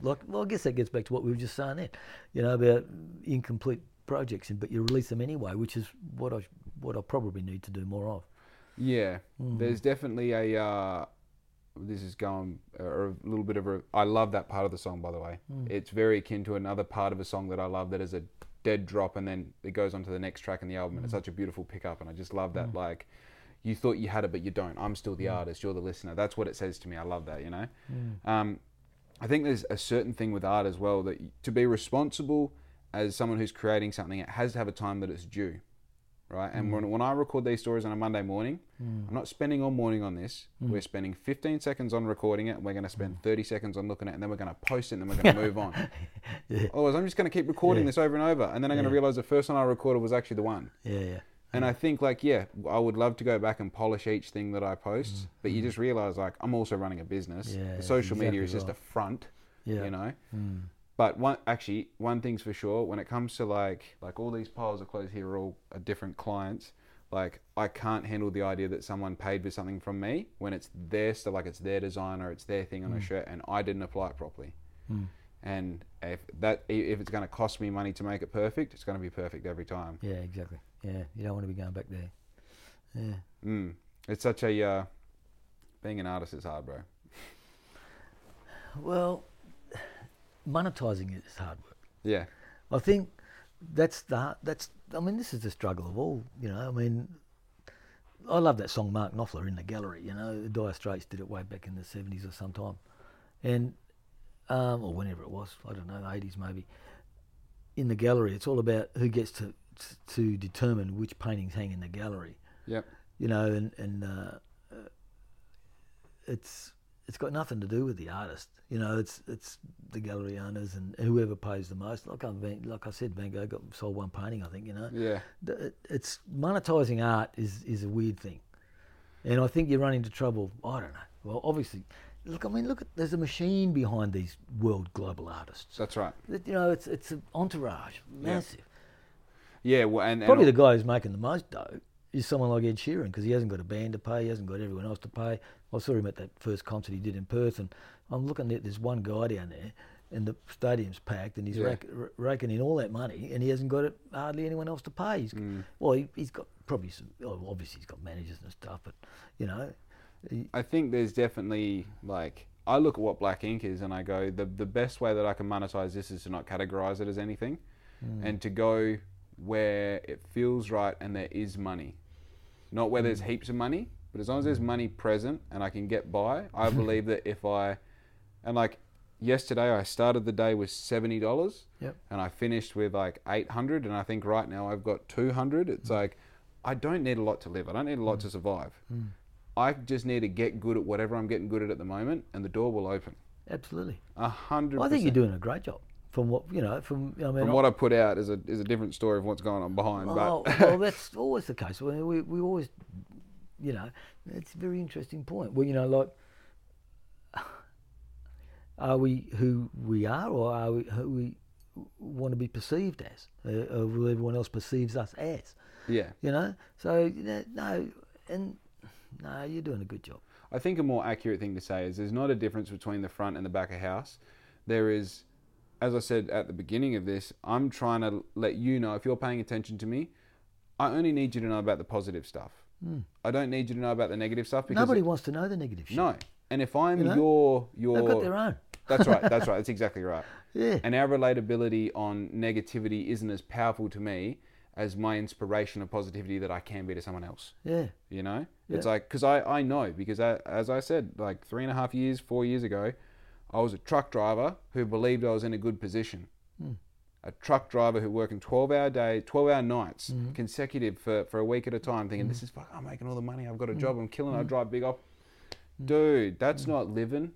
Speaker 1: like well, I guess that gets back to what we were just saying then, you know, about incomplete projects, and but you release them anyway, which is what I what I probably need to do more of.
Speaker 2: Yeah, there's definitely a. Uh, this is going uh, a little bit of a. I love that part of the song, by the way. It's very akin to another part of a song that I love that is a dead drop, and then it goes on to the next track in the album, and it's such a beautiful pickup, and I just love that. Like, you thought you had it, but you don't. I'm still the artist. You're the listener. That's what it says to me. I love that. You know. Um, I think there's a certain thing with art as well that y- to be responsible as someone who's creating something, it has to have a time that it's due right?
Speaker 1: Mm.
Speaker 2: And when, when I record these stories on a Monday morning, I'm not spending all morning on this.
Speaker 1: Mm.
Speaker 2: We're spending 15 seconds on recording it, and we're going to spend 30 seconds on looking at it, and then we're going to post it, and
Speaker 1: (laughs)
Speaker 2: then we're going to move on. Otherwise, I'm just going to keep recording this over and over, and then I'm going to realize the first one I recorded was actually the one.
Speaker 1: Yeah, yeah,
Speaker 2: And
Speaker 1: Mm.
Speaker 2: I think, like, yeah, I would love to go back and polish each thing that I post, but you just realize, like, I'm also running a business.
Speaker 1: Mm. Yeah,
Speaker 2: The
Speaker 1: that's
Speaker 2: social media
Speaker 1: exactly
Speaker 2: is just a
Speaker 1: right.
Speaker 2: front,
Speaker 1: Yeah. Hmm.
Speaker 2: you know. But one actually, one thing's for sure, when it comes to like like all these piles of clothes here are all are different clients. Like, I can't handle the idea that someone paid for something from me when it's their stuff, like it's their design or it's their thing
Speaker 1: Mm.
Speaker 2: on a shirt, and I didn't apply it properly. And if that if it's going to cost me money to make it perfect, it's going to be perfect every time.
Speaker 1: yeah, exactly. Yeah, you don't want to be going back there. Yeah,
Speaker 2: Mm. It's such a uh, being an artist is hard, bro.
Speaker 1: well, monetizing it is hard work.
Speaker 2: Yeah,
Speaker 1: I think that's the that's I mean this is the struggle of all you know I mean I love that song Mark Knopfler in the gallery you know the Dire Straits did it way back in the seventies or sometime and um, or whenever it was I don't know eighties maybe in the gallery it's all about who gets to to determine which paintings hang in the gallery
Speaker 2: yep,
Speaker 1: you know, and and uh, uh, it's it's got nothing to do with the artist. You know, it's it's the gallery owners and whoever pays the most. Like I Van, like I said, Van Gogh got sold one painting, I think. You know,
Speaker 2: yeah,
Speaker 1: Th- it- it's monetizing art is is a weird thing, and I think you run into trouble. I don't know. Well, obviously, look. I mean, look at there's a machine behind these world global artists.
Speaker 2: that's right.
Speaker 1: That, You know, it's it's an entourage, massive.
Speaker 2: Yeah, well, and, and
Speaker 1: Probably the guy who's making the most dough is someone like Ed Sheeran because he hasn't got a band to pay, he hasn't got everyone else to pay. I saw him at that first concert he did in Perth, and I'm looking at this one guy down there, and the stadium's packed, and he's
Speaker 2: Yeah.
Speaker 1: rack, r- raking in all that money, and he hasn't got it, hardly anyone else to pay. He's,
Speaker 2: Mm.
Speaker 1: Well, he, he's got probably some, oh, obviously he's got managers and stuff, but you know, he,
Speaker 2: I think there's definitely like I look at what black ink is and I go, the, the best way that I can monetize this is to not categorize it as anything and to go where it feels right and there is money. Not where
Speaker 1: Mm.
Speaker 2: there's heaps of money, but as long as there's money present and I can get by,
Speaker 1: (laughs)
Speaker 2: I believe that if I, and like yesterday, I started the day with $70
Speaker 1: Yep.
Speaker 2: and I finished with like 800 and I think right now I've got 200. It's
Speaker 1: Mm.
Speaker 2: like, I don't need a lot to live. I don't need a lot to survive.
Speaker 1: Mm.
Speaker 2: I just need to get good at whatever I'm getting good at at the moment, and the door will open.
Speaker 1: Absolutely.
Speaker 2: A hundred.
Speaker 1: I think you're
Speaker 2: percent.
Speaker 1: doing a great job. From what you know, from I mean,
Speaker 2: From what I put out is a is a different story of what's going on behind. (laughs)
Speaker 1: Oh,
Speaker 2: but
Speaker 1: well, that's always the case. We, we, we always, you know, it's a very interesting point. Well, you know, like, (laughs) are we who we are or are we who we want to be perceived as? Uh, or who everyone else perceives us as,
Speaker 2: yeah,
Speaker 1: you know? So, you know, no, and no, you're doing a good job.
Speaker 2: I think a more accurate thing to say is there's not a difference between the front and the back of house. There is, as I said at the beginning of this, I'm trying to let you know if you're paying attention to me. I only need you to know about the positive stuff. I don't need you to know about the negative stuff because
Speaker 1: Hmm. Nobody wants to know the negative shit.
Speaker 2: no. And if I'm
Speaker 1: know?
Speaker 2: your your
Speaker 1: They've got their own. (laughs)
Speaker 2: That's right. That's right. That's exactly right.
Speaker 1: Yeah.
Speaker 2: And our relatability on negativity isn't as powerful to me as my inspiration of positivity that I can be to someone else.
Speaker 1: Yeah.
Speaker 2: You know, it's like because I I know because I, as I said like three and a half years, four years ago, I was a truck driver who believed I was in a good position.
Speaker 1: Hmm.
Speaker 2: A truck driver who working twelve hour day, twelve hour nights
Speaker 1: Hmm.
Speaker 2: consecutive for, for a week at a time, thinking this is fuck, I'm making all the money, I've got a
Speaker 1: Hmm.
Speaker 2: job, I'm killing, it, I drive big op. Dude, that's not living.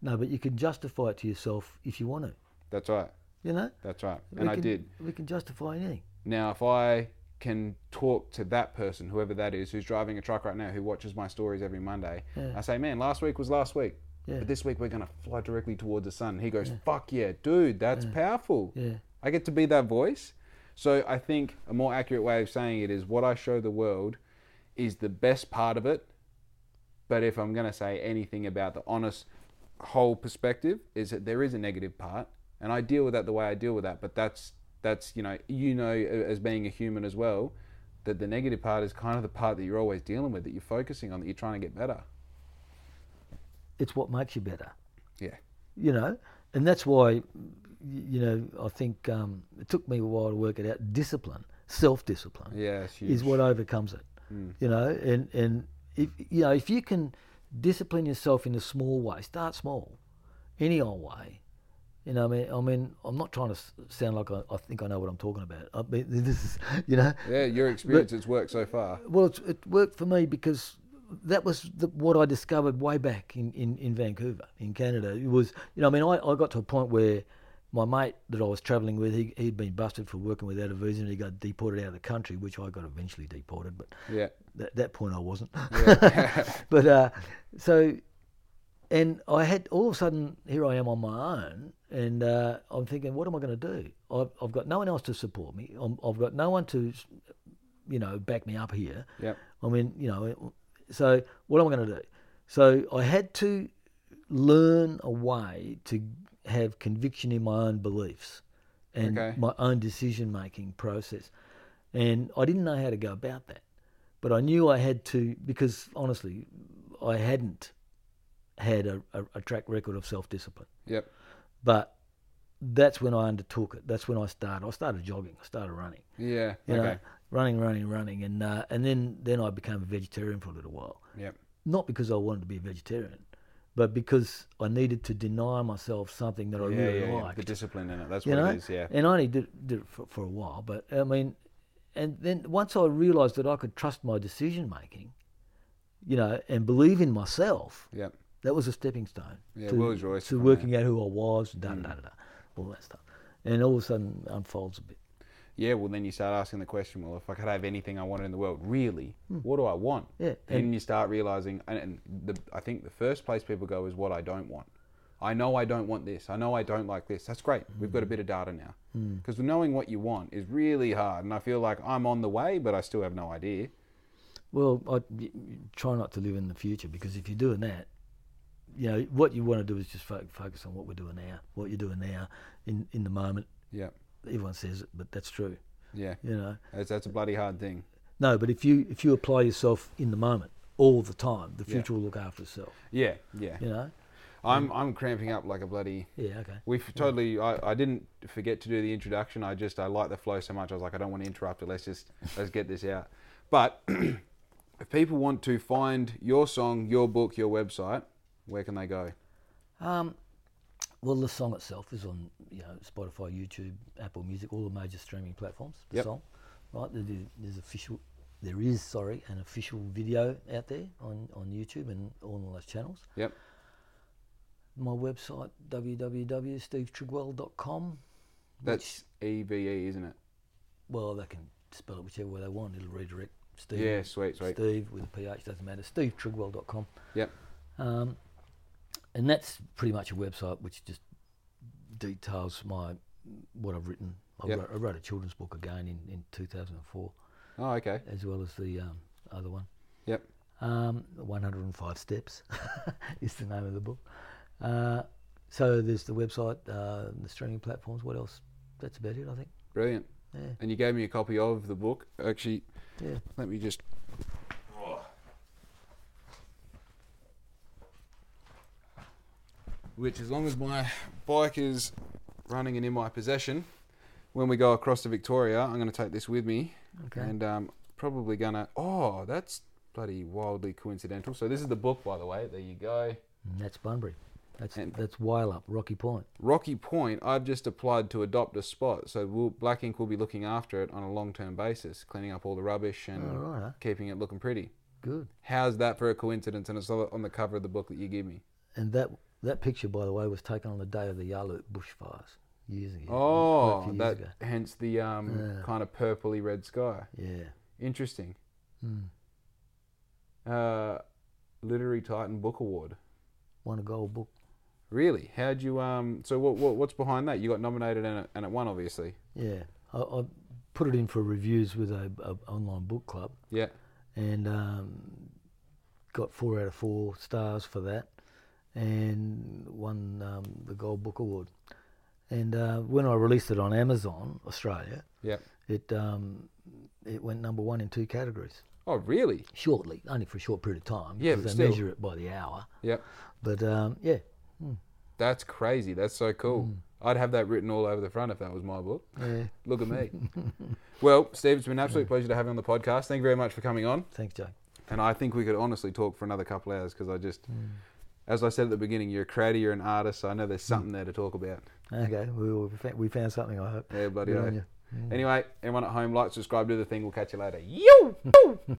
Speaker 1: No, but you can justify it to yourself if you want to,
Speaker 2: That's right.
Speaker 1: you know?
Speaker 2: That's right.
Speaker 1: We
Speaker 2: And I
Speaker 1: can-
Speaker 2: did.
Speaker 1: We can justify anything.
Speaker 2: Now, if I can talk to that person, whoever that is, who's driving a truck right now, who watches my stories every Monday, I say, man, last week was last week.
Speaker 1: Yeah.
Speaker 2: But this week we're going to fly directly towards the sun. He goes, fuck yeah, dude, that's powerful.
Speaker 1: Yeah.
Speaker 2: I get to be that voice. So I think a more accurate way of saying it is what I show the world is the best part of it. But if I'm going to say anything about the honest whole perspective, is that there is a negative part, and I deal with that the way I deal with that. But that's that's you know you know a- as being a human as well that the negative part is kind of the part that you're always dealing with that you're focusing on that you're trying to get better.
Speaker 1: It's what makes you better.
Speaker 2: Yeah.
Speaker 1: you know, and that's why, y- you know, I think um, it took me a while to work it out. Discipline, self-discipline,
Speaker 2: Yeah, it's huge. Hmm.
Speaker 1: is what overcomes it. You know, and and if you know if you can discipline yourself in a small way, start small, any old way. You know, I mean, I mean, I'm not trying to s- sound like I, I think I know what I'm talking about. I mean, (laughs) this is, you know, (laughs)
Speaker 2: Yeah, your experience has worked so far.
Speaker 1: well, it's, it worked for me because that was the, what I discovered way back in, in, in Vancouver, in Canada. It was, you know, I mean, I, I got to a point where my mate that I was travelling with, he, he'd been busted for working without a visa and he got deported out of the country, which I got eventually deported, but
Speaker 2: Yeah.
Speaker 1: at that point I wasn't. (laughs) but uh, so, and I had all of a sudden here I am on my own, and uh, I'm thinking, what am I going to do? I've, I've got no one else to support me. I'm, I've got no one to, you know, back me up here.
Speaker 2: Yep.
Speaker 1: I mean, you know, so what am I going to do? So I had to learn a way to have conviction in my own beliefs and
Speaker 2: Okay.
Speaker 1: my own decision making process. And I didn't know how to go about that. But I knew I had to, because honestly, I hadn't had a, a, a track record of self discipline.
Speaker 2: Yep.
Speaker 1: But that's when I undertook it. That's when I started. I started jogging, I started running
Speaker 2: Yeah.
Speaker 1: you
Speaker 2: okay.
Speaker 1: know, running, running, running, and uh, and then then I became a vegetarian for a little while.
Speaker 2: Yep.
Speaker 1: Not because I wanted to be a vegetarian, but because I needed to deny myself something that I
Speaker 2: Yeah,
Speaker 1: really
Speaker 2: yeah, yeah.
Speaker 1: liked.
Speaker 2: The discipline in it. That's
Speaker 1: you
Speaker 2: what
Speaker 1: know,
Speaker 2: it is. Yeah.
Speaker 1: and I only did, did it for, for a while, but I mean, and then once I realised that I could trust my decision making, you know, and believe in myself,
Speaker 2: Yep.
Speaker 1: that was a stepping stone
Speaker 2: Yeah,
Speaker 1: to,
Speaker 2: Will's Royce
Speaker 1: to
Speaker 2: from
Speaker 1: working out who I was, da
Speaker 2: Mm.
Speaker 1: da da da, all that stuff, and all of a sudden unfolds a bit.
Speaker 2: Yeah, well, then you start asking the question, well, if I could have anything I wanted in the world, really, what do I want?
Speaker 1: Yeah,
Speaker 2: Then you start realizing, and, and the, I think the first place people go is what I don't want. I know I don't want this. I know I don't like this. That's great. We've got a bit of data now. Because knowing what you want is really hard. And I feel like I'm on the way, but I still have no idea.
Speaker 1: Well, I y- y- try not to live in the future because if you're doing that, you know what you want to do is just fo- focus on what we're doing now, what you're doing now, in in the moment.
Speaker 2: Yeah.
Speaker 1: Everyone says it, but that's true.
Speaker 2: Yeah.
Speaker 1: You know,
Speaker 2: That's, that's a bloody hard thing.
Speaker 1: no, but if you if you apply yourself in the moment all the time, the future will look after itself.
Speaker 2: Yeah. Yeah.
Speaker 1: You know,
Speaker 2: I'm I'm cramping up like a bloody.
Speaker 1: Yeah, okay.
Speaker 2: We've totally. I, I didn't forget to do the introduction. I just I like the flow so much. I was like, I don't want to interrupt it. Let's
Speaker 1: (laughs)
Speaker 2: just let's get this out. But (clears throat) if people want to find your song, your book, your website, where can they go?
Speaker 1: Um, well, the song itself is on you know Spotify, YouTube, Apple Music, all the major streaming platforms. The
Speaker 2: Yep.
Speaker 1: song, right? There- there- There's official, there is sorry, an official video out there on on YouTube and all those channels.
Speaker 2: Yep.
Speaker 1: My website www.stevetrigwell.com.
Speaker 2: That's E V E, isn't it?
Speaker 1: Well, they can spell it whichever way they want. It'll redirect Steve.
Speaker 2: Yeah, sweet, sweet.
Speaker 1: Steve with a PH doesn't matter. SteveTrigwell.com.
Speaker 2: Yep.
Speaker 1: Um, and that's pretty much a website which just details my what I've written. I,
Speaker 2: Yep.
Speaker 1: wrote, I wrote a children's book again in, in 2004,
Speaker 2: Oh, okay.
Speaker 1: as well as the um, other one.
Speaker 2: Yep.
Speaker 1: Um, 105 Steps (laughs) is the name of the book. Uh, so there's the website, uh, the streaming platforms. What else? That's about it, I think.
Speaker 2: Brilliant.
Speaker 1: Yeah.
Speaker 2: And you gave me a copy of the book. Actually,
Speaker 1: Yeah.
Speaker 2: let me just. Which, as long as my bike is running and in my possession, when we go across to Victoria, I'm going to take this with me.
Speaker 1: Okay.
Speaker 2: And um, probably going to. Oh, that's bloody wildly coincidental. So, this is the book, by the way. There you go.
Speaker 1: And that's Bunbury. That's
Speaker 2: And-
Speaker 1: that's Whale Up, Rocky Point.
Speaker 2: Rocky Point, I've just applied to adopt a spot, so we'll, Black Ink will be looking after it on a long term basis, cleaning up all the rubbish and
Speaker 1: All right, eh?
Speaker 2: keeping it looking pretty.
Speaker 1: good.
Speaker 2: How's that for a coincidence? And it's all on the cover of the book that you give me.
Speaker 1: And that that picture, by the way, was taken on the day of the Yalut bushfires years ago. quite a
Speaker 2: Oh,
Speaker 1: few years
Speaker 2: that
Speaker 1: ago.
Speaker 2: hence the um,
Speaker 1: Yeah.
Speaker 2: kind of purpley red sky.
Speaker 1: Yeah.
Speaker 2: Interesting.
Speaker 1: Mm.
Speaker 2: Uh, Literary Titan Book Award.
Speaker 1: Won a gold book.
Speaker 2: Really? How'd you? Um, so what, what? What's behind that? You got nominated and it, and it won, obviously.
Speaker 1: Yeah. I, I put it in for reviews with a, a online book club
Speaker 2: Yeah.
Speaker 1: and um, got four out of four stars for that and won um, the gold book award. And uh, when I released it on Amazon Australia,
Speaker 2: Yeah.
Speaker 1: it um, it went number one in two categories.
Speaker 2: Oh, really?
Speaker 1: shortly, only for a short period of time.
Speaker 2: Yeah,
Speaker 1: because
Speaker 2: but
Speaker 1: they
Speaker 2: still.
Speaker 1: measure it by the hour.
Speaker 2: Yep.
Speaker 1: But um, yeah,
Speaker 2: That's crazy. That's so cool.
Speaker 1: Hmm.
Speaker 2: I'd have that written all over the front if that was my book.
Speaker 1: yeah.
Speaker 2: Look
Speaker 1: (laughs)
Speaker 2: at me. well, Steve, it's been an absolute pleasure to have you on the podcast. Thank you very much for coming on.
Speaker 1: Thanks, Jake.
Speaker 2: And I think we could honestly talk for another couple hours because I just, as I said at the beginning, you're a creator, you're an artist. So I know there's something there to talk about.
Speaker 1: Okay, we will- we found- we found something. I hope.
Speaker 2: Yeah, bloody
Speaker 1: Good on
Speaker 2: oath.
Speaker 1: you.
Speaker 2: (laughs) Anyway, everyone at home, like, subscribe, do the thing. We'll catch you later. Yo!